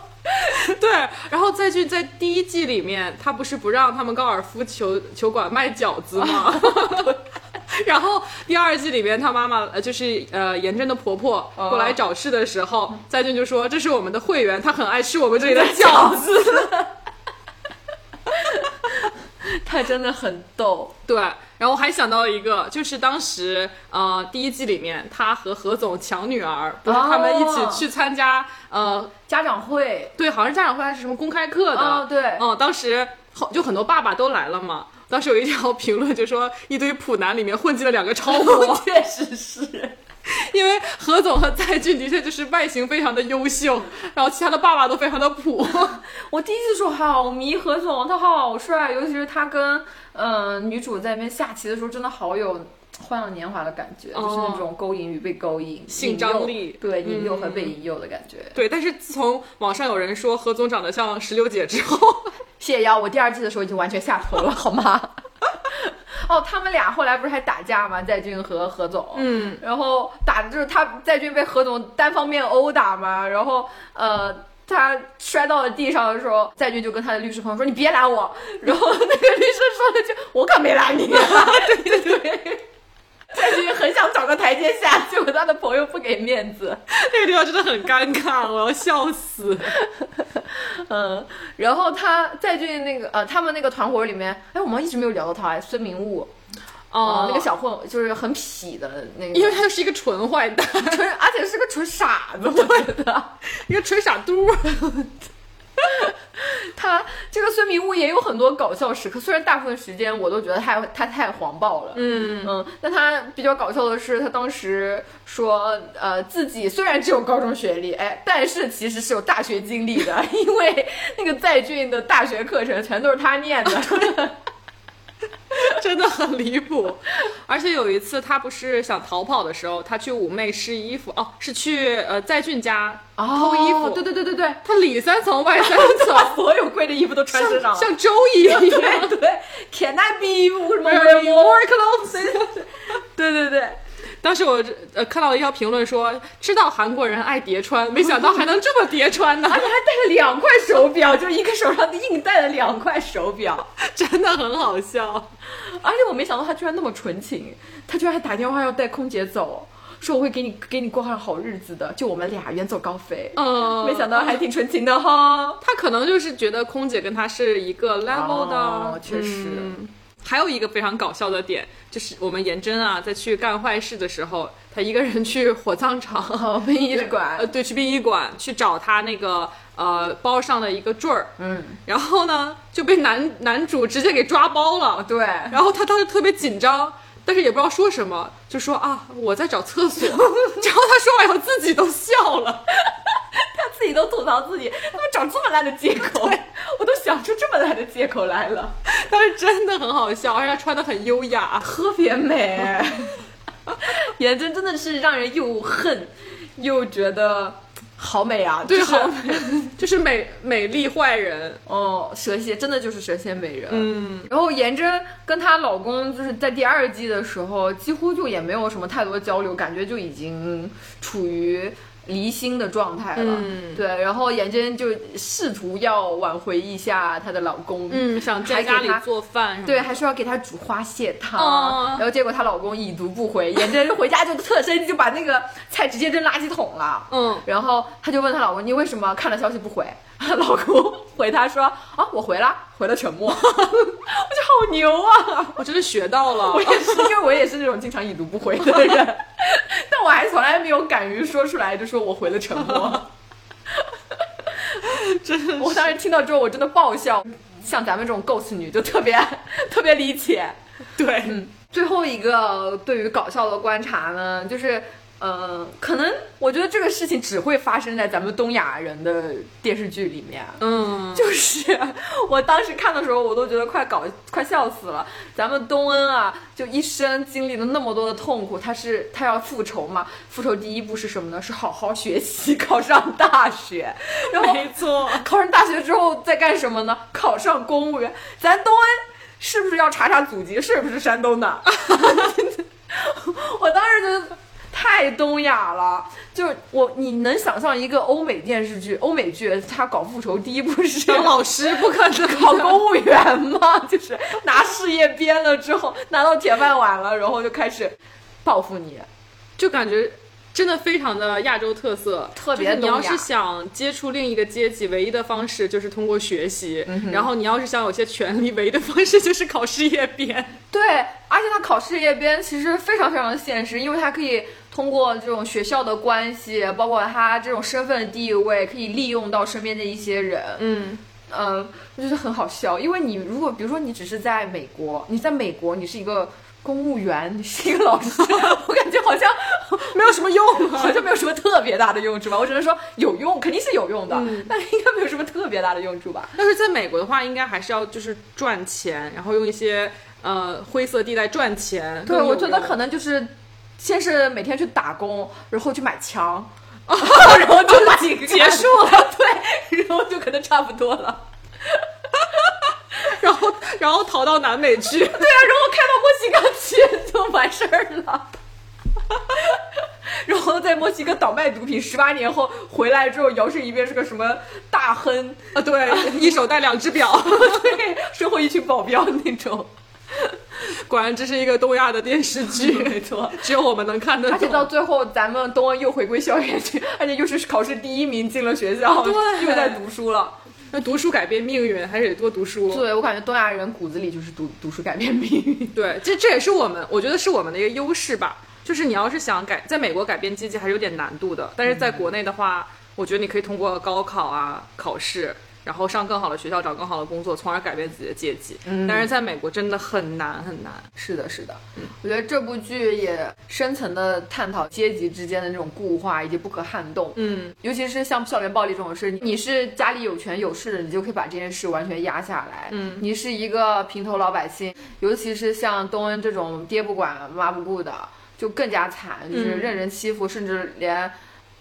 B: 对。然后在俊在第一季里面，他不是不让他们高尔夫球球馆卖饺子吗？ 然后第二季里面，他妈妈呃就是呃颜真的婆婆
A: 哦
B: 过来找事的时候，在俊就说这是我们的会员，他很爱吃我们这里的饺子。
A: 他真的很逗。
B: 对，然后我还想到一个，就是当时呃第一季里面，他和何总抢女儿，不是他们一起
A: 哦
B: 去参加、呃
A: 家长会，
B: 对，好像是家长会还是什么公开课的。
A: 哦对，
B: 嗯，当时好就很多爸爸都来了嘛。当时有一条 评论就说，一堆普男里面混进了两个超模
A: 确实是。
B: 因为何总和蔡骏的确就是外形非常的优秀，然后其他的爸爸都非常的普。
A: 我第一次说好迷何总，他好帅，尤其是他跟呃女主在那边下棋的时候，真的好有花样年华的感觉，就是那种勾引与被勾引，
B: 性
A: 引诱
B: 张力
A: 对引诱和被引诱的感觉。
B: 对，但是自从网上有人说何总长得像石榴姐之后，
A: 谢谢妖，我第二季的时候已经完全下头 了，好吗？哦，他们俩后来不是还打架吗？在俊和何总，
B: 嗯，
A: 然后打的就是他在俊被何总单方面殴打嘛，然后呃。他摔到了地上的时候，在俊就跟他的律师朋友说：“你别拦 我。”然后那个律师说了句：“我可没拦你、啊。” 对对对， 在俊很想找个台阶下，结果他的朋友不给面子。
B: 那个地方真的很尴尬，我要笑死。
A: 嗯，然后他在俊那个呃，他们那个团伙里面，哎，我们一直没有聊到他，哎，孙明悟，
B: 哦
A: 啊，那个，小混就是很痞的那个，
B: 因为他就是一个纯坏蛋，
A: 纯，而且是个纯傻子，我觉得
B: 一个纯傻嘟。
A: 他这个孙明悟也有很多搞笑时刻，虽然大部分时间我都觉得他他太黄暴了。
B: 嗯，
A: 嗯，但他比较搞笑的是，他当时说，呃，自己虽然只有高中学历，哎，但是其实是有大学经历的， 因为那个在俊的大学课程全都是他念的。
B: 真的很离谱。而且有一次，他不是想逃跑的时候，他去妩媚试衣服，哦，是去呃在俊家偷衣服，
A: 哦对对对对对，
B: 他里三层外三 层，
A: 把所有贵的衣服都穿身上
B: 像像
A: 了。
B: 周一一样。
A: 对对，Can I be you？什么
B: Wear
A: wear more clothes？对对对，
B: 当时我呃看到了一条评论说，知道韩国人爱叠穿，没想到还能这么叠穿呢
A: 而，且还戴了两块手表，就是一个手上硬戴了两块手表。
B: 真的很好笑。
A: 而且我没想到他居然那么纯情，他居然还打电话要带空姐走，说我会给你给你过上好日子的，就我们俩远走高飞。
B: 嗯，
A: 没想到还挺纯情的哈。
B: 他可能就是觉得空姐跟他是一个 level 的，
A: 哦确实
B: 嗯还有一个非常搞笑的点，就是我们颜真啊，在去干坏事的时候，他一个人去火葬场、
A: 哦，殡仪馆
B: 呃，， 对，去殡仪馆去找他那个呃包上的一个坠儿，
A: 嗯，
B: 然后呢就被男男主直接给抓包了，
A: 对，
B: 然后他当时特别紧张，但是也不知道说什么，就说啊我在找厕 所，然后他说完以后自己都笑了，
A: 他自己都吐槽自己，他们找这么烂的借口，我都想出这么烂的借口来了，
B: 但是真的很好笑，而且他穿的很优雅，
A: 特别美。 颜真真的是让人又恨又觉得好美啊，
B: 对，
A: 就是
B: 好美，就是美美丽坏人，
A: 哦，蛇蝎真的就是蛇蝎美人。
B: 嗯，
A: 然后颜真跟她老公就是在第二季的时候，几乎就也没有什么太多交流，感觉就已经处于离心的状态了。
B: 嗯
A: 对。然后颜真就试图要挽回一下她的老公，
B: 嗯，想在家里做饭什么的，
A: 对，还说要给她煮花蟹汤，
B: 嗯哦
A: 然后结果她老公已读不回，颜真回家就特生气，就把那个菜直接扔垃圾桶了。
B: 嗯，
A: 然后她就问她老公：“你为什么看了消息不回？” 她老公回她说：“啊，我回了，回了沉默。” 我就好牛啊！
B: 我真的学到了
A: 我，也是，因为我也是那种经常已读不回的人，但我还从来没有敢于说出来，就说我回了沉默。
B: 真的
A: 我当时听到之后，我真的爆笑。像咱们这种 ghost 女就特别特别理解。
B: 对，
A: 最后一个对于搞笑的观察呢，就是，呃，可能我觉得这个事情只会发生在咱们东亚人的电视剧里面。啊
B: 嗯，
A: 就是我当时看的时候，我都觉得快搞快笑死了。咱们东恩啊，就一生经历了那么多的痛苦，他是他要复仇嘛？复仇第一步是什么呢？是好好学习，考上大学。然后
B: 没错，
A: 考上大学之后再干什么呢？考上公务员。咱东恩是不是要查查祖籍是不是山东的？我当时觉得太东亚了，就是我你能想象一个欧美电视剧、欧美剧他搞复仇第一步是
B: 当老师不可能
A: 考公务员吗？ 就是拿事业编了之后，拿到铁饭碗了，然后就开始报复你。
B: 就感觉真的非常的亚洲特色，
A: 特别
B: 就是你要
A: 东亚
B: 是想接触另一个阶级，唯一的方式就是通过学习，
A: 嗯
B: 然后你要是想有些权利，唯一的方式就是考事业编。
A: 对，而且他考事业编其实非常非常的现实，因为他可以通过这种学校的关系，包括他这种身份地位，可以利用到身边的一些人。
B: 嗯，
A: 嗯，我觉得很好笑，因为你如果比如说你只是在美国，你在美国你是一个公务员，你是一个老师，我感觉好 像
B: 没有什么用啊。
A: 好像没有什么特别大的用处吧。我只能说有用，肯定是有用的，但是应该没有什么特别大的用处吧。
B: 但是在美国的话，应该还是要就是赚钱，然后用一些呃灰色地带赚钱。
A: 对，
B: 更有
A: 我觉得
B: 用
A: 可能就是先是每天去打工，然后去买 枪，然后就几个
B: 结束
A: 了，对，然后就可能差不多了。
B: 然后然后逃到南美 去。
A: 对啊，然后开到墨西哥去就完事儿了。然后在墨西哥倒卖毒品，十八年后回来之后摇身一变是个什么大亨，
B: 啊，对，一手戴两只表，
A: 对，身后一群保镖那种。
B: 果然这是一个东亚的电视剧，
A: 没错，
B: 只有我们能看得
A: 而且
B: 懂。
A: 到最后咱们东恩又回归校园去，而且又是考试第一名进了学校，
B: 对
A: 又在读书了。
B: 那读书改变命运，还是得多读书。哦
A: 对，我感觉东亚人骨子里就是读读书改变命运。
B: 对，这这也是我们，我觉得是我们的一个优势吧。就是你要是想改，在美国改变阶级还是有点难度的，但是在国内的话，我觉得你可以通过高考啊、考试，然后上更好的学校，找更好的工作，从而改变自己的阶级。嗯、但是在美国真的很难很难。
A: 是的，是的，嗯我觉得这部剧也深层的探讨阶级之间的这种固化以及不可撼动。
B: 嗯，
A: 尤其是像校园暴力这种事，你是家里有权有势的，你就可以把这件事完全压下来。嗯，你是一个平头老百姓，尤其是像东恩这种爹不管妈不顾的，就更加惨，就是任人欺负，甚至连，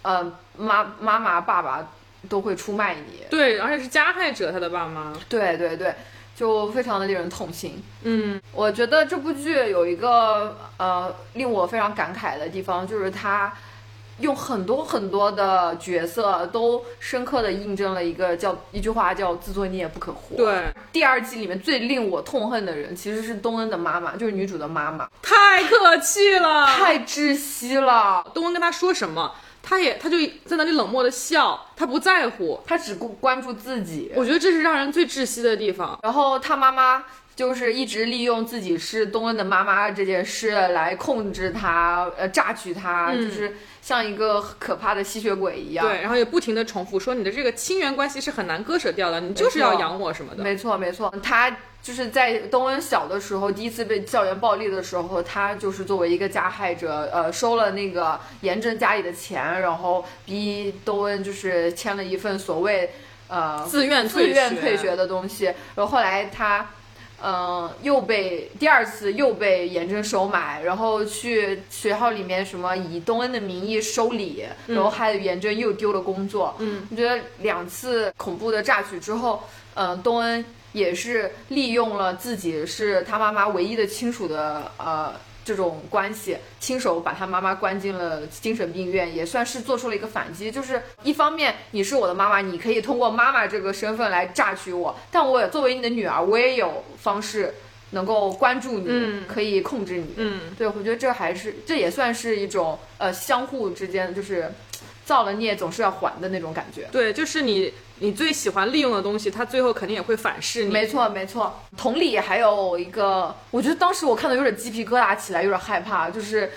A: 呃，妈妈妈爸爸都会出卖你。
B: 对，而且是加害者他的爸妈。
A: 对对对，就非常的令人痛心。
B: 嗯
A: 我觉得这部剧有一个呃令我非常感慨的地方，就是它用很多很多的角色都深刻的印证了一个叫一句话叫“自作孽不可活”。，
B: 对，
A: 第二季里面最令我痛恨的人其实是东恩的妈妈，就是女主的妈妈，
B: 太客气了，
A: 太窒息了。
B: 东恩跟他说什么，他也他就在那里冷漠的笑，他不在乎。
A: 她只顾关注自己，
B: 我觉得这是让人最窒息的地方。
A: 然后她妈妈就是一直利用自己是东恩的妈妈这件事来控制她，呃，榨取她，就是像一个可怕的吸血鬼一
B: 嗯
A: 样。
B: 对，然后也不停的重复说你的这个亲缘关系是很难割舍掉的，你就是要养我什么的。
A: 没错，没错，他就是在东恩小的时候，第一次被校园暴力的时候，他就是作为一个加害者，呃，收了那个严正家里的钱，然后逼东恩就是签了一份所谓呃
B: 自愿
A: 自
B: 学，
A: 愿退学的东西，然后后来他。嗯，又被第二次又被严正收买，然后去学校里面什么以东恩的名义收礼，然后害得严正又丢了工作。
B: 嗯，
A: 我觉得两次恐怖的榨取之后，嗯，东恩也是利用了自己是他妈妈唯一的亲属的呃这种关系，亲手把他妈妈关进了精神病院，也算是做出了一个反击。就是一方面你是我的妈妈，你可以通过妈妈这个身份来榨取我，但我也作为你的女儿，我也有方式能够关注你，
B: 嗯
A: 可以控制你。
B: 嗯，
A: 对，我觉得这还是这也算是一种呃相互之间就是造了孽总是要还的那种感觉。
B: 对，就是你你最喜欢利用的东西，他最后肯定也会反噬你。
A: 没错，没错。同理，还有一个，我觉得当时我看到有点鸡皮疙瘩起来，有点害怕，就是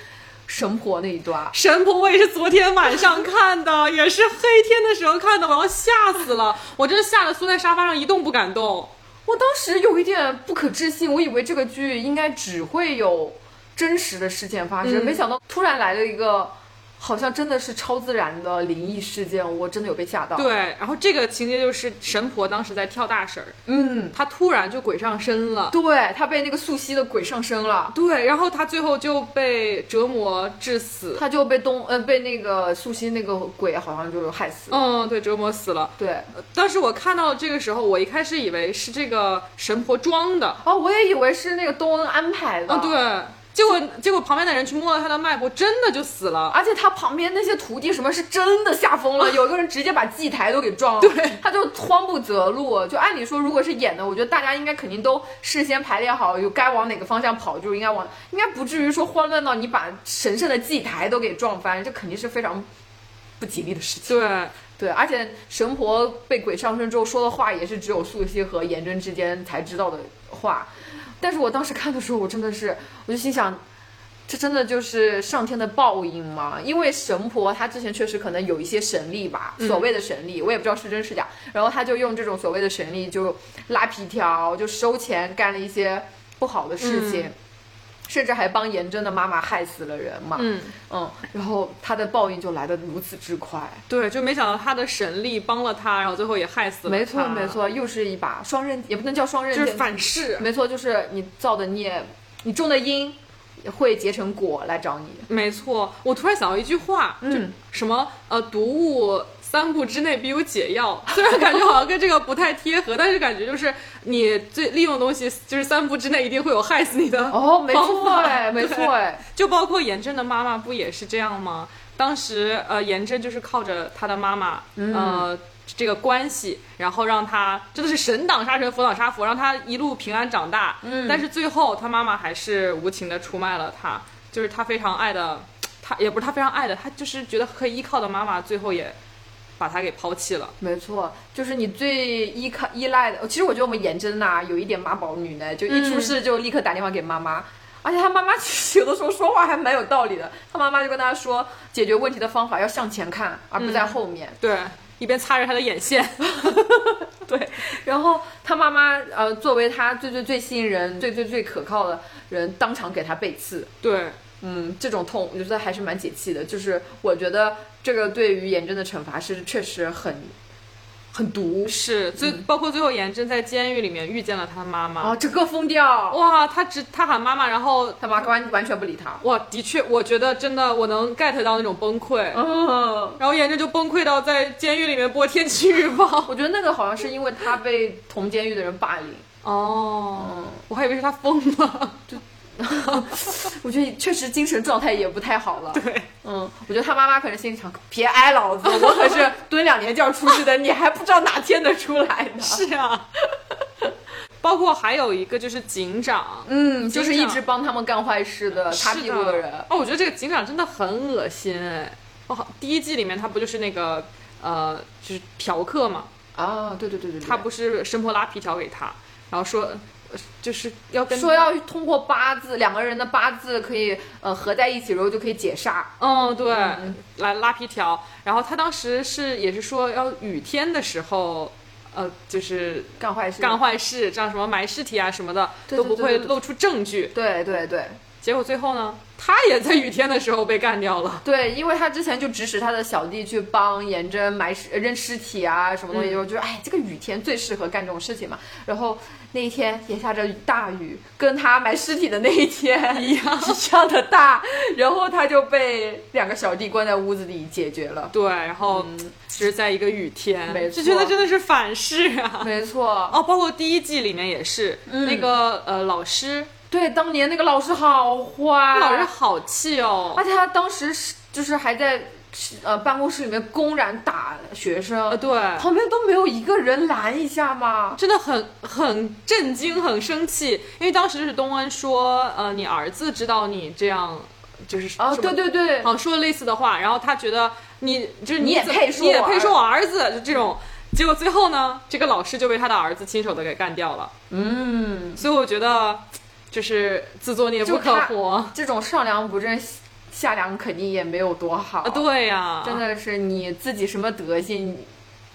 A: 神婆那一段。
B: 神婆，我也是昨天晚上看的，也是黑天的时候看的，我要吓死了，我真的吓得缩在沙发上一动不敢
A: 哦
B: 动。
A: 我当时有一点不可置信，我以为这个剧应该只会有真实的事件发生，
B: 嗯
A: 没想到突然来了一个，好像真的是超自然的灵异事件，我真的有被吓到。，
B: 对，然后这个情节就是神婆当时在跳大神儿，
A: 嗯，
B: 她突然就鬼上身了。
A: 对他被那个素汐的鬼上身了。
B: 对，然后她最后就被折磨致死。
A: 他就被东呃被那个素汐那个鬼好像就是害死了，
B: 嗯，对，折磨死了。
A: 对，
B: 当时我看到这个时候，我一开始以为是这个神婆装的，
A: 哦，我也以为是那个东恩安排的，
B: 啊，对，结果结果旁边的人去摸了他的脉搏，真的就死了。
A: 而且他旁边那些徒弟什么是真的吓疯了，有一个人直接把祭台都给撞了，
B: 对，
A: 他就慌不择路。就按理说，如果是演的，我觉得大家应该肯定都事先排列好，有该往哪个方向跑就应该往，应该不至于说慌乱到你把神圣的祭台都给撞翻，这肯定是非常不吉利的事情。
B: 对，
A: 对，而且神婆被鬼上身之后说的话也是只有素汐和颜真之间才知道的话，但是我当时看的时候，我真的是，我就心想，这真的就是上天的报应吗？因为神婆她之前确实可能有一些神力吧，所谓的神力，我也不知道是真是假，然后她就用这种所谓的神力就拉皮条，就收钱，干了一些不好的事情。甚至还帮颜真的妈妈害死了人嘛，
B: 嗯，
A: 嗯，然后她的报应就来得如此之快，
B: 对，就没想到他的神力帮了他，然后最后也害死了他。
A: 没错，没，错，又是一把双刃，也不能叫双刃
B: 就是
A: 剑。
B: 反噬。
A: 没错，就是你造的孽，你种的因，会结成果来找你。
B: 没错，我突然想到一句话，
A: 嗯，
B: 什么呃，毒物三步之内必有解药。 虽然感觉好像跟这个不太贴合，但是感觉就是你最利用的东西，就是三步之内一定会有害死你的。
A: 哦，没
B: 方
A: 错
B: 法
A: 哎，没错
B: 对
A: 哎，
B: 就包括颜真的妈妈不也是这样吗？当时呃，颜真就是靠着她的妈妈，呃。这个关系，然后让她真的是神挡杀神，佛挡杀佛，让她一路平安长大。嗯，但是最后她妈妈还是无情的出卖了她，就是她非常爱的，她也不是她非常爱的，她就是觉得可以依靠的妈妈，最后也把她给抛弃了。
A: 没错，就是你最依靠依赖的。其实我觉得我们颜真呐、有一点妈宝女呢，就一出事就立刻打电话给妈妈。而且她妈 妈其实有的时候说话还蛮有道理的，她妈妈就跟她说，解决问题的方法要向前看，而不在后面。
B: 对，一边擦着她的眼线，
A: 然后他妈妈呃，作为他最最最信任、最最最可靠的人，当场给他背刺。
B: 对，
A: 嗯，这种痛我觉得还是蛮解气的。就是我觉得这个对于颜真的惩罚是确实很很毒
B: 是最、包括最后颜真在监狱里面遇见了她妈妈，
A: 啊，整个疯掉。
B: 哇，他只他喊妈妈，然后
A: 他妈完完全不理他。
B: 哇，的确，我觉得真的我能 get 到那种崩溃，
A: 嗯，
B: 然后颜真就崩溃到在监狱里面播天气预报。
A: 我觉得那个好像是因为他被同监狱的人霸凌。
B: 哦，我还以为是他疯了。
A: 我觉得确实精神状态也不太好了。
B: 对，
A: 嗯，我觉得他妈妈可能心里想：别挨老 子，我可是蹲两年觉出去的，你还不知道哪天能出来呢。
B: 是啊，包括还有一个就是警长。
A: 嗯，就是
B: 警
A: 一
B: 长
A: 直帮他们干坏事的、擦屁股的
B: 的
A: 人。
B: 哦，我觉得这个警长真的很恶心哎！哦，第一季里面他不就是那个呃，就是嫖客嘛，
A: 啊，对对对对对，
B: 他不是神婆拉皮条给他，然后说呃就是要跟
A: 说要通过八字，两个人的八字可以呃合在一起，然后就可以解煞。
B: 嗯，对，来拉皮条。然后他当时是也是说要雨天的时候，呃，就是
A: 干坏事，
B: 干坏事，这样什么埋尸体啊什么的
A: 对对
B: 都不
A: 对
B: 会
A: 对对
B: 露出证据。
A: 对对对
B: 结果最后呢，他也在雨天的时候被干掉了。
A: 对，因为他之前就指使他的小弟去帮颜真埋尸、呃扔尸体啊，什么东西，就觉得哎，这个雨天最适合干这种事情嘛。然后那一天也下着大雨，跟他埋尸体的那一天一样 一样的大，然后他就被两个小弟关在屋子里解决了。
B: 对，然后只是在一个雨天，
A: 嗯没
B: 就
A: 错
B: 觉得真的是反噬啊。
A: 没错，
B: 哦，包括第一季里面也是、
A: 嗯
B: 那个呃老师，
A: 对，当年那个老师好坏，
B: 老师好气哦
A: 而。且他当时是就是还在呃办公室里面公然打学
B: 呃，
A: 生，
B: 对，
A: 旁边都没有一个人拦一下吗？
B: 真的很很震惊，很生气，因为当时是东恩说，呃，你儿子知道你这样，就是
A: 啊，
B: 什么
A: 对，对对，
B: 好像说了类似的话，然后他觉得你就是
A: 你也
B: 怎么
A: 配说
B: 你
A: 啊
B: 也
A: 我
B: 配
A: 儿
B: 说我儿子，就这种。结果最后呢，这个老师就被他的儿子亲手的给干掉了。
A: 嗯，
B: 所以我觉得，就是自作孽不
A: 就
B: 可
A: 他
B: 活啊！
A: 这种上梁不正下梁肯定也没有多好，
B: 啊 对呀、
A: 真的是你自己什么德性，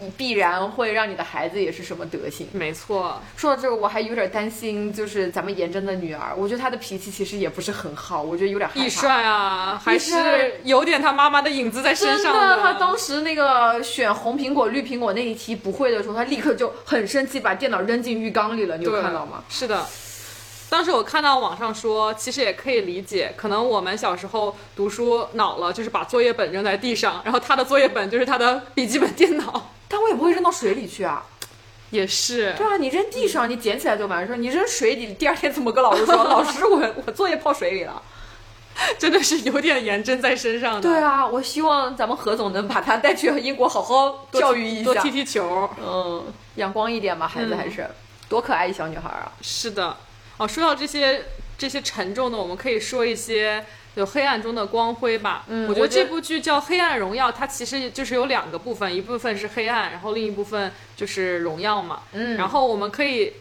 A: 你必然会让你的孩子也是什么德性。
B: 没错。
A: 说到这个，我还有点担心，就是咱们颜真的女儿，我觉得她的脾气其实也不是很好，我觉得有点害怕。
B: 易帅啊，还
A: 帅
B: 是有点他妈妈的影子在身
A: 真
B: 上
A: 的，他当时那个选红苹果、绿苹果那一题不会的时候，他立刻就很生气，把电脑扔进浴缸里了。你有
B: 对
A: 看到吗？？
B: 是的。当时我看到网上说，其实也可以理解，可能我们小时候读书恼了，就是把作业本扔在地上，然后他的作业本就是他的笔记本电脑。
A: 但我也不会扔到水里去啊。
B: 也是
A: 对啊，你扔地上，你捡起来就完事儿；你扔水里，第二天怎么跟老师说？ 老师，我我作业泡水里了。
B: 真的是有点颜真在身上的。
A: 对啊，我希望咱们何总能把他带去英国，好好
B: 多踢，
A: 教育一
B: 多
A: 下
B: 踢，踢球。
A: 嗯，阳光一点吧，孩子
B: 嗯
A: 还是、多可爱一小女孩啊！
B: 是的，哦，说到这些这些沉重的，我们可以说一些有黑暗中的光辉吧。
A: 嗯
B: 我觉得
A: 我觉
B: 这
A: 得
B: 部剧叫《黑暗荣耀》，它其实就是有两个部分，一部分是黑暗，然后另一部分就是荣耀嘛。
A: 嗯
B: 然后我们可以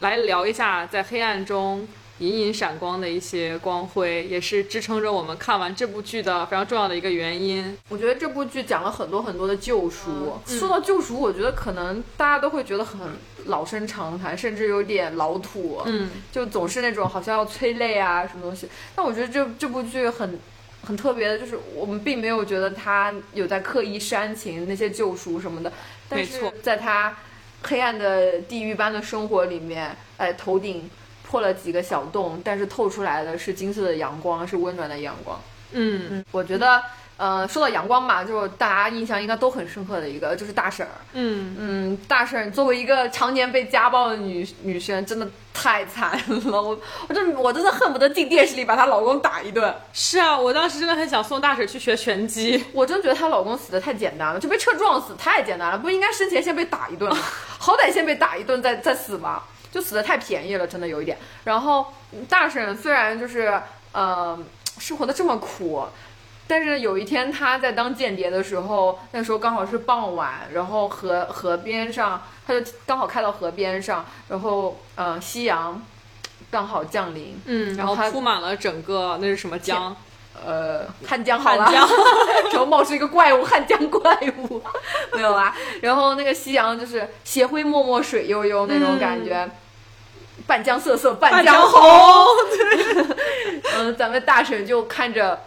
B: 来聊一下在黑暗中隐隐闪光的一些光辉，也是支撑着我们看完这部剧的非常重要的一个原因。
A: 我觉得这部剧讲了很多很多的救赎。
B: 嗯
A: 说到救赎，我觉得可能大家都会觉得很老生常谈，甚至有点老土。
B: 嗯，
A: 就总是那种好像要催泪啊什么东西。但我觉得这这部剧很很特别的，就是我们并没有觉得他有在刻意煽情那些救赎什么的，但
B: 没
A: 是
B: 错
A: 在他黑暗的地狱般的生活里面，哎，头顶。破了几个小洞，但是透出来的是金色的阳光，是温暖的阳光。
B: 嗯，
A: 嗯，我觉得，呃，说到阳光嘛，就是大家印象应该都很深刻的一个，就是大婶儿。
B: 嗯，
A: 嗯，大婶作为一个常年被家暴的女女生，真的太惨了。我我真我真的恨不得进电视里把她老公打一顿。
B: 是啊，我当时真的很想送大婶去学拳击，
A: 我真觉得她老公死的太简单了，就被车撞死太简单了，不应该生前先被打一顿吗？好歹先被打一顿再再死吧，就死的太便宜了，真的有一点。然后大婶虽然就是呃生活的这么苦。但是有一天她在当间谍的时候，那时候刚好是傍晚，然后河河边上，她就刚好开到河边上，然后呃夕阳刚好降临，
B: 嗯，然
A: 然
B: 后
A: 后他
B: 铺满了整个那是什么江？
A: 呃汉江好
B: 汉
A: 了，
B: 江。
A: 然后冒出一个怪物，汉江怪物，没有啦。然后那个夕阳就是斜晖脉脉水悠悠那种感觉，半江瑟瑟嗯半江红。
B: 红，
A: 嗯，咱们大婶就看着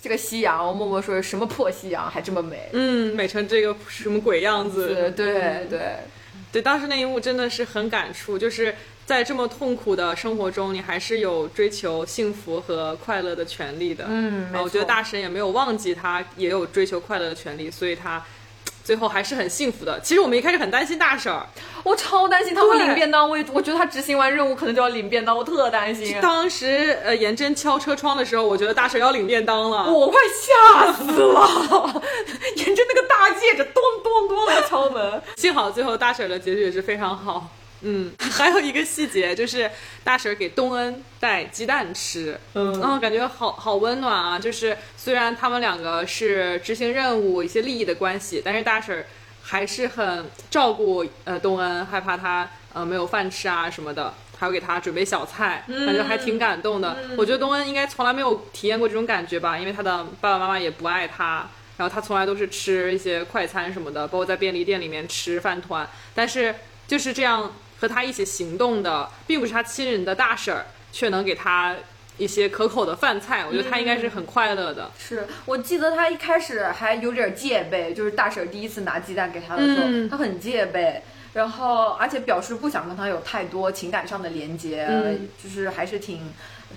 A: 这个夕阳，默默说什么破夕阳还这么美。
B: 嗯，美成这个什么鬼样
A: 对嗯
B: 子？
A: 对对，
B: 对，当时那一幕真的是很感触，就是在这么痛苦的生活中，你还是有追求幸福和快乐的权利的。啊
A: 嗯
B: 然后我觉得大神也没有忘记他也有追求快乐的权利，所以他最后还是很幸福的。其实我们一开始很担心大婶儿，
A: 我超担心他会
B: 对
A: 领便当，我也我觉得他执行完任务可能就要领便当，我特担心。
B: 当时呃颜真敲车窗的时候，我觉得大婶要领便当了。
A: 我快吓死了！ 沿着那个大戒指咚咚咚的敲门，
B: 幸好最后大婶儿的结局也是非常好。嗯， 还有一个细节就是大婶儿给东恩带鸡蛋吃，
A: 嗯
B: 然后感觉好好温暖啊。就是虽然他们两个是执行任务一些利益的关系，但是大婶儿还是很照顾呃东恩，害怕他呃没有饭吃啊什么的，还有给他准备小菜，感觉还挺感动的。我觉得东恩应该从来没有体验过这种感觉吧，因为他的爸爸妈妈也不爱他，然后他从来都是吃一些快餐什么的，包括在便利店里面吃饭团。但是就是这样和他一起行动的，并不是他亲人的大婶儿，却能给他一些可口的饭菜，我觉得他应该是很快乐的。
A: 是我记得他一开始还有点戒备，就是大婶第一次拿鸡蛋给他的时候，
B: 嗯
A: 他很戒备，然后而且表示不想跟他有太多情感上的连接，
B: 嗯
A: 就是还是挺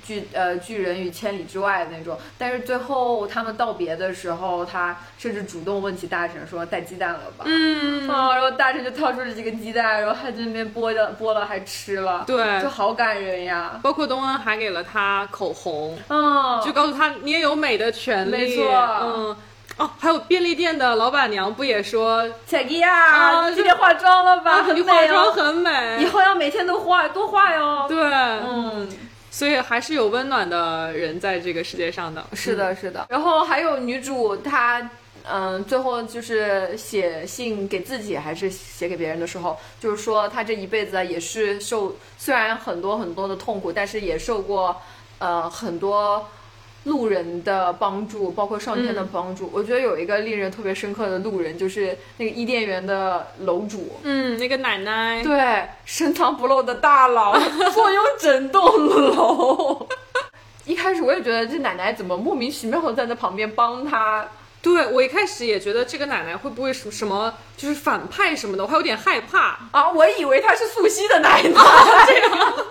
A: 拒呃拒人于千里之外的那种。但是最后他们道别的时候，他甚至主动问起大婶说带鸡蛋了吧？
B: 嗯，
A: 啊，然后大婶就掏出了几个鸡蛋，然后还在那边剥着剥了还吃了，
B: 对
A: 就好感人呀。
B: 包括东恩还给了他口红，
A: 嗯，
B: 就告诉他你也有美的权利。
A: 没错
B: 嗯。哦，还有便利店的老板娘不也说
A: 彩迪
B: 啊
A: 呀，今天化妆了吧？
B: 你
A: 很美
B: 化
A: 哦
B: 妆很美，
A: 以后要每天都画，多画哟。
B: 对，
A: 嗯，
B: 所以还是有温暖的人在这个世界上的。
A: 是的，是的。然后还有女主她。嗯，最后就是写信给自己还是写给别人的时候，就是说她这一辈子啊也是受虽然很多很多的痛苦，但是也受过呃很多路人的帮助，包括上天的帮助。我觉得有一个令人特别深刻的路人，就是那个伊甸园的楼主，
B: 嗯，那个奶奶，
A: 对，深藏不露的大佬坐拥整栋楼。 一开始我也觉得这奶奶怎么莫名其妙的站在旁边帮他，
B: 对我一开始也觉得这个奶奶会不会什什么就是反派什么的，我还有点害怕。
A: 啊，我以为她是素汐的奶奶，这样。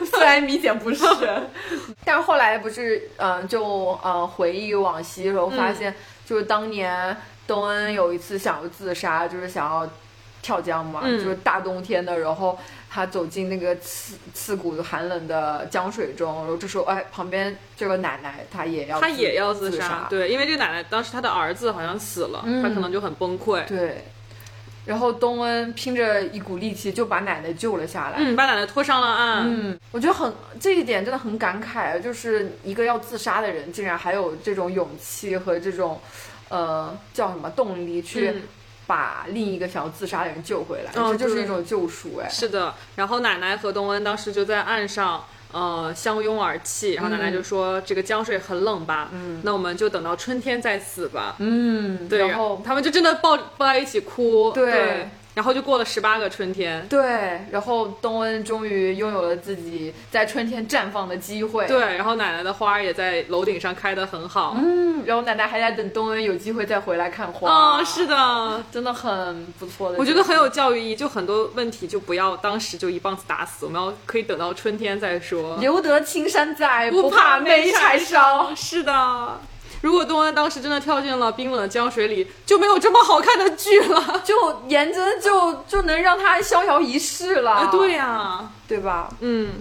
A: 虽然明显不是， 但是后来不是，嗯、就呃回忆往昔嗯的时候，发现就是当年东恩有一次想要自杀，就是想要跳江嘛，
B: 嗯
A: 就是大冬天的，然后他走进那个刺刺骨寒冷的江水中，然后这时候哎，旁边这个奶奶她也要
B: 她也要
A: 自
B: 自杀，
A: 杀
B: 对，因为这个奶奶当时她的儿子好像死了，
A: 嗯
B: 她可能就很崩溃。
A: 对，然后东恩拼着一股力气就把奶奶救了下来。
B: 嗯，把奶奶拖上了岸。
A: 嗯，我觉得很这一点真的很感慨，就是一个要自杀的人，竟然还有这种勇气和这种，呃，叫什么动力去
B: 嗯
A: 把另一个想要自杀的人救回来，
B: 哦
A: 这就是
B: 对
A: 一种救赎哎。
B: 是的，然后奶奶和东恩当时就在岸上，呃，相拥而泣。然后奶奶
A: 嗯
B: 就说：“这个江水很冷吧？嗯，那我们就等到春天再死吧。
A: 嗯，
B: 对，
A: 然后
B: 他们就真的抱抱在一起哭。
A: 对
B: 然后就过了十八个春天。
A: 对，然后东恩终于拥有了自己在春天绽放的机会。
B: 对，然后奶奶的花儿也在楼顶上开得很好。
A: 嗯，然后奶奶还在等东恩有机会再回来看花。
B: 啊、是的，
A: 真的很不错的。
B: 我觉得很有教育意义。就很多问题就不要当时就一棒子打死，我们要可以等到春天再说。
A: 留得青山在，
B: 不
A: 不
B: 怕
A: 怕
B: 没
A: 没
B: 柴
A: 柴烧。
B: 是的，如果东恩当时真的跳进了冰冷的江水里，就没有这么好看的剧了。
A: 就颜真就就能让他逍遥一世了，
B: 啊，对呀、
A: 对吧？
B: 嗯，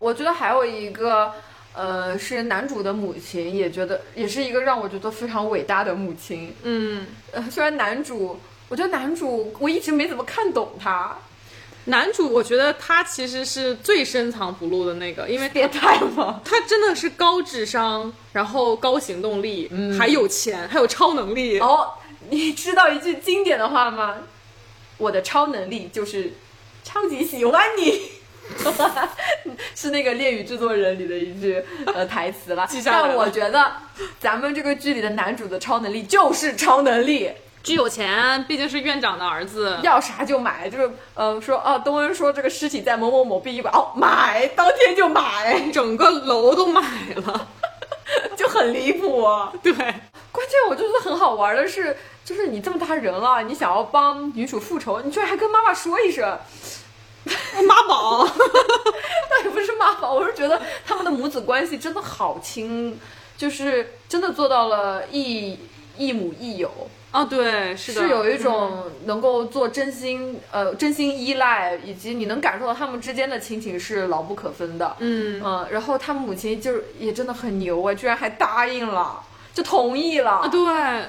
A: 我觉得还有一个，呃，是男主的母亲，也觉得也是一个让我觉得非常伟大的母亲。
B: 嗯，
A: 呃，虽然男主，我觉得男主我一直没怎么看懂他，
B: 男主我觉得他其实是最深藏不露的那个，因为
A: 变态吗？
B: 他真的是高智商，然后高行动力，还有钱，还有超能力。
A: 嗯 哦，你知道一句经典的话吗？我的超能力就是超级喜欢你。 是那个《恋与制作人》里的一句呃台词了
B: 记，下来了
A: 但我觉得咱们这个剧里的男主的超能力就是超能力，
B: 巨有钱，毕竟是院长的儿子。
A: 要啥就买，就是呃说啊，东恩说这个尸体在某某某殡仪馆，哦买，当天就买，
B: 整个楼都买了，
A: 就很离谱、
B: 对，
A: 关键我就是很好玩的是，就是你这么大人了，你想要帮女主复仇，你居然还跟妈妈说一声，
B: 妈宝，
A: 倒也不是妈宝，我是觉得他们的母子关系真的好亲，就是真的做到了一一母一友，
B: 哦，对，是
A: 是
B: 的，嗯
A: 有一种能够做真心呃真心依赖，以及你能感受到他们之间的亲情是牢不可分的。
B: 嗯，
A: 嗯，然后他们母亲就是也真的很牛啊，居然还答应了，就同意了。
B: 啊，对，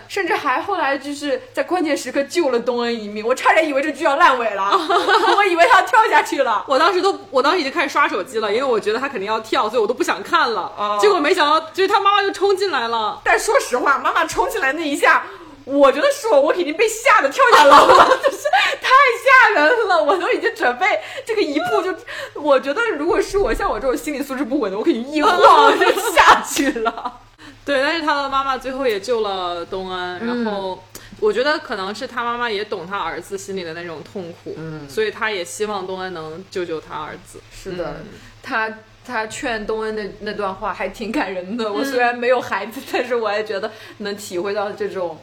A: 甚至还后来就是在关键时刻救了东恩一命，我差点以为这剧要烂尾了， 我以为他要跳下去了。
B: 我当时都，我当时已经开始刷手机了，因为我觉得他肯定要跳，所以我都不想看了。
A: 哦
B: 结果没想到，就是他妈妈就冲进来了。
A: 但说实话，妈妈冲进来那一下，我觉得是我，我肯定被吓得跳下楼了， 就是太吓人了，我都已经准备这个一步就，我觉得如果是我像我这种心理素质不稳的，我肯定一晃就下去了。
B: 对，但是他的妈妈最后也救了东恩，然后我觉得可能是他妈妈也懂他儿子心里的那种痛苦，嗯，所以他也希望东恩能救救他儿子。
A: 是的，他他劝东恩的那段话还挺感人的。我虽然没有孩子， 但是我也觉得能体会到这种，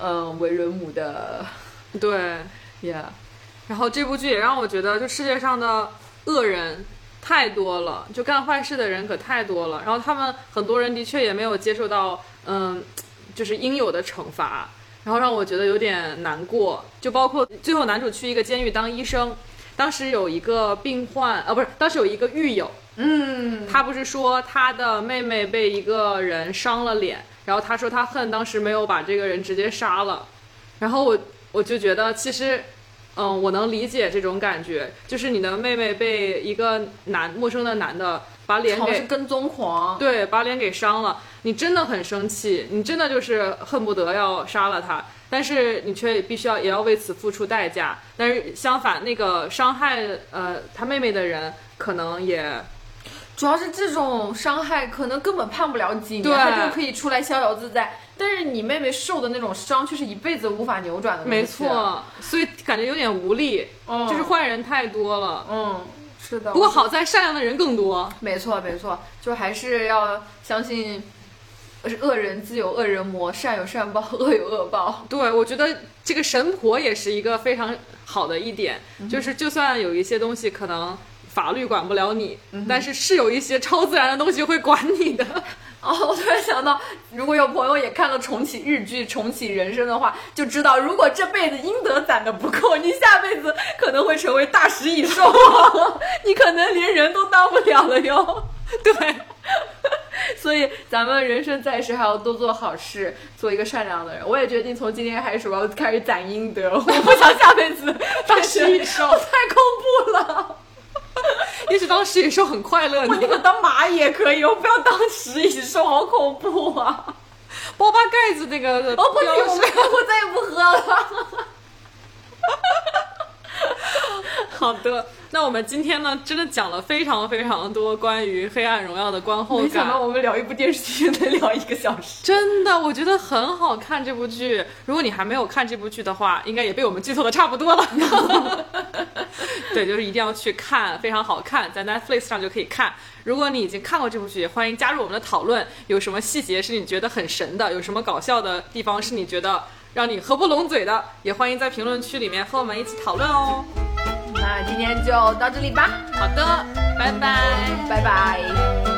A: 嗯、为人母的
B: 对，
A: ，yeah，
B: 然后这部剧也让我觉得，就世界上的恶人太多了，就干坏事的人可太多了。然后他们很多人的确也没有接受到，嗯，就是应有的惩罚，然后让我觉得有点难过。就包括最后男主去一个监狱当医生，当时有一个病患，呃，不是，当时有一个狱友，
A: 嗯，
B: 他不是说他的妹妹被一个人伤了脸，然后他说他恨当时没有把这个人直接杀了，然后我我就觉得其实，嗯，我能理解这种感觉，就是你的妹妹被一个男陌生的男的把脸
A: 好像是
B: 给
A: 跟踪狂，
B: 对把脸给伤了，你真的很生气，你真的就是恨不得要杀了他。但是你却必须要也要为此付出代价，但是相反，那个伤害呃他妹妹的人可能也
A: 主要是这种伤害可能根本判不了几
B: 对
A: 年，他就可以出来逍遥自在。但是你妹妹受的那种伤，却是一辈子无法扭转的。
B: 没，
A: 啊
B: 错，所以感觉有点无力，
A: 嗯
B: 就是坏人太多了。
A: 嗯，是的。
B: 不过好在善良的人更多。
A: 没错，没错，就还是要相信，呃恶人自有恶人磨，善有善报，恶有恶报。
B: 对，我觉得这个神婆也是一个非常好的一点，
A: 嗯
B: 就是就算有一些东西
A: 嗯
B: 可能法律管不了你，但是是有一些超自然的东西会管你的。
A: 哦，我突然想到，如果有朋友也看了重启日剧《重启人生》的话，就知道如果这辈子阴德攒的不够，你下辈子可能会成为大食蚁兽王，你可能连人都当不了了哟。对， 所以咱们人生在世还要多做好事，做一个善良的人。我也决定从今天开始，我要开始攒阴德，我不想下辈子
B: 大食蚁兽
A: 我太恐怖了。
B: 也许当时也是很快乐
A: 我宁
B: 的。
A: 可当马也可以，我不要当食蚁兽，好恐怖啊！
B: 包巴盖子那个
A: 哦，不行，
B: 标
A: 我
B: 识，
A: 们我再也不喝了。
B: 好的。那我们今天呢，真的讲了非常非常多关于《黑暗荣耀》的观后
A: 没想
B: 感
A: 到。我们聊一部电视剧能聊一个小时。
B: 真的，我觉得很好看这部剧。如果你还没有看这部剧的话，应该也被我们剧透的差不多了。 对，就是一定要去看，非常好看，在 Netflix 上就可以看。如果你已经看过这部剧，也欢迎加入我们的讨论。有什么细节是你觉得很神的？有什么搞笑的地方是你觉得让你合不拢嘴的？也欢迎在评论区里面和我们一起讨论哦。
A: 那今天就到这里吧，
B: 好的，拜拜。
A: 拜拜。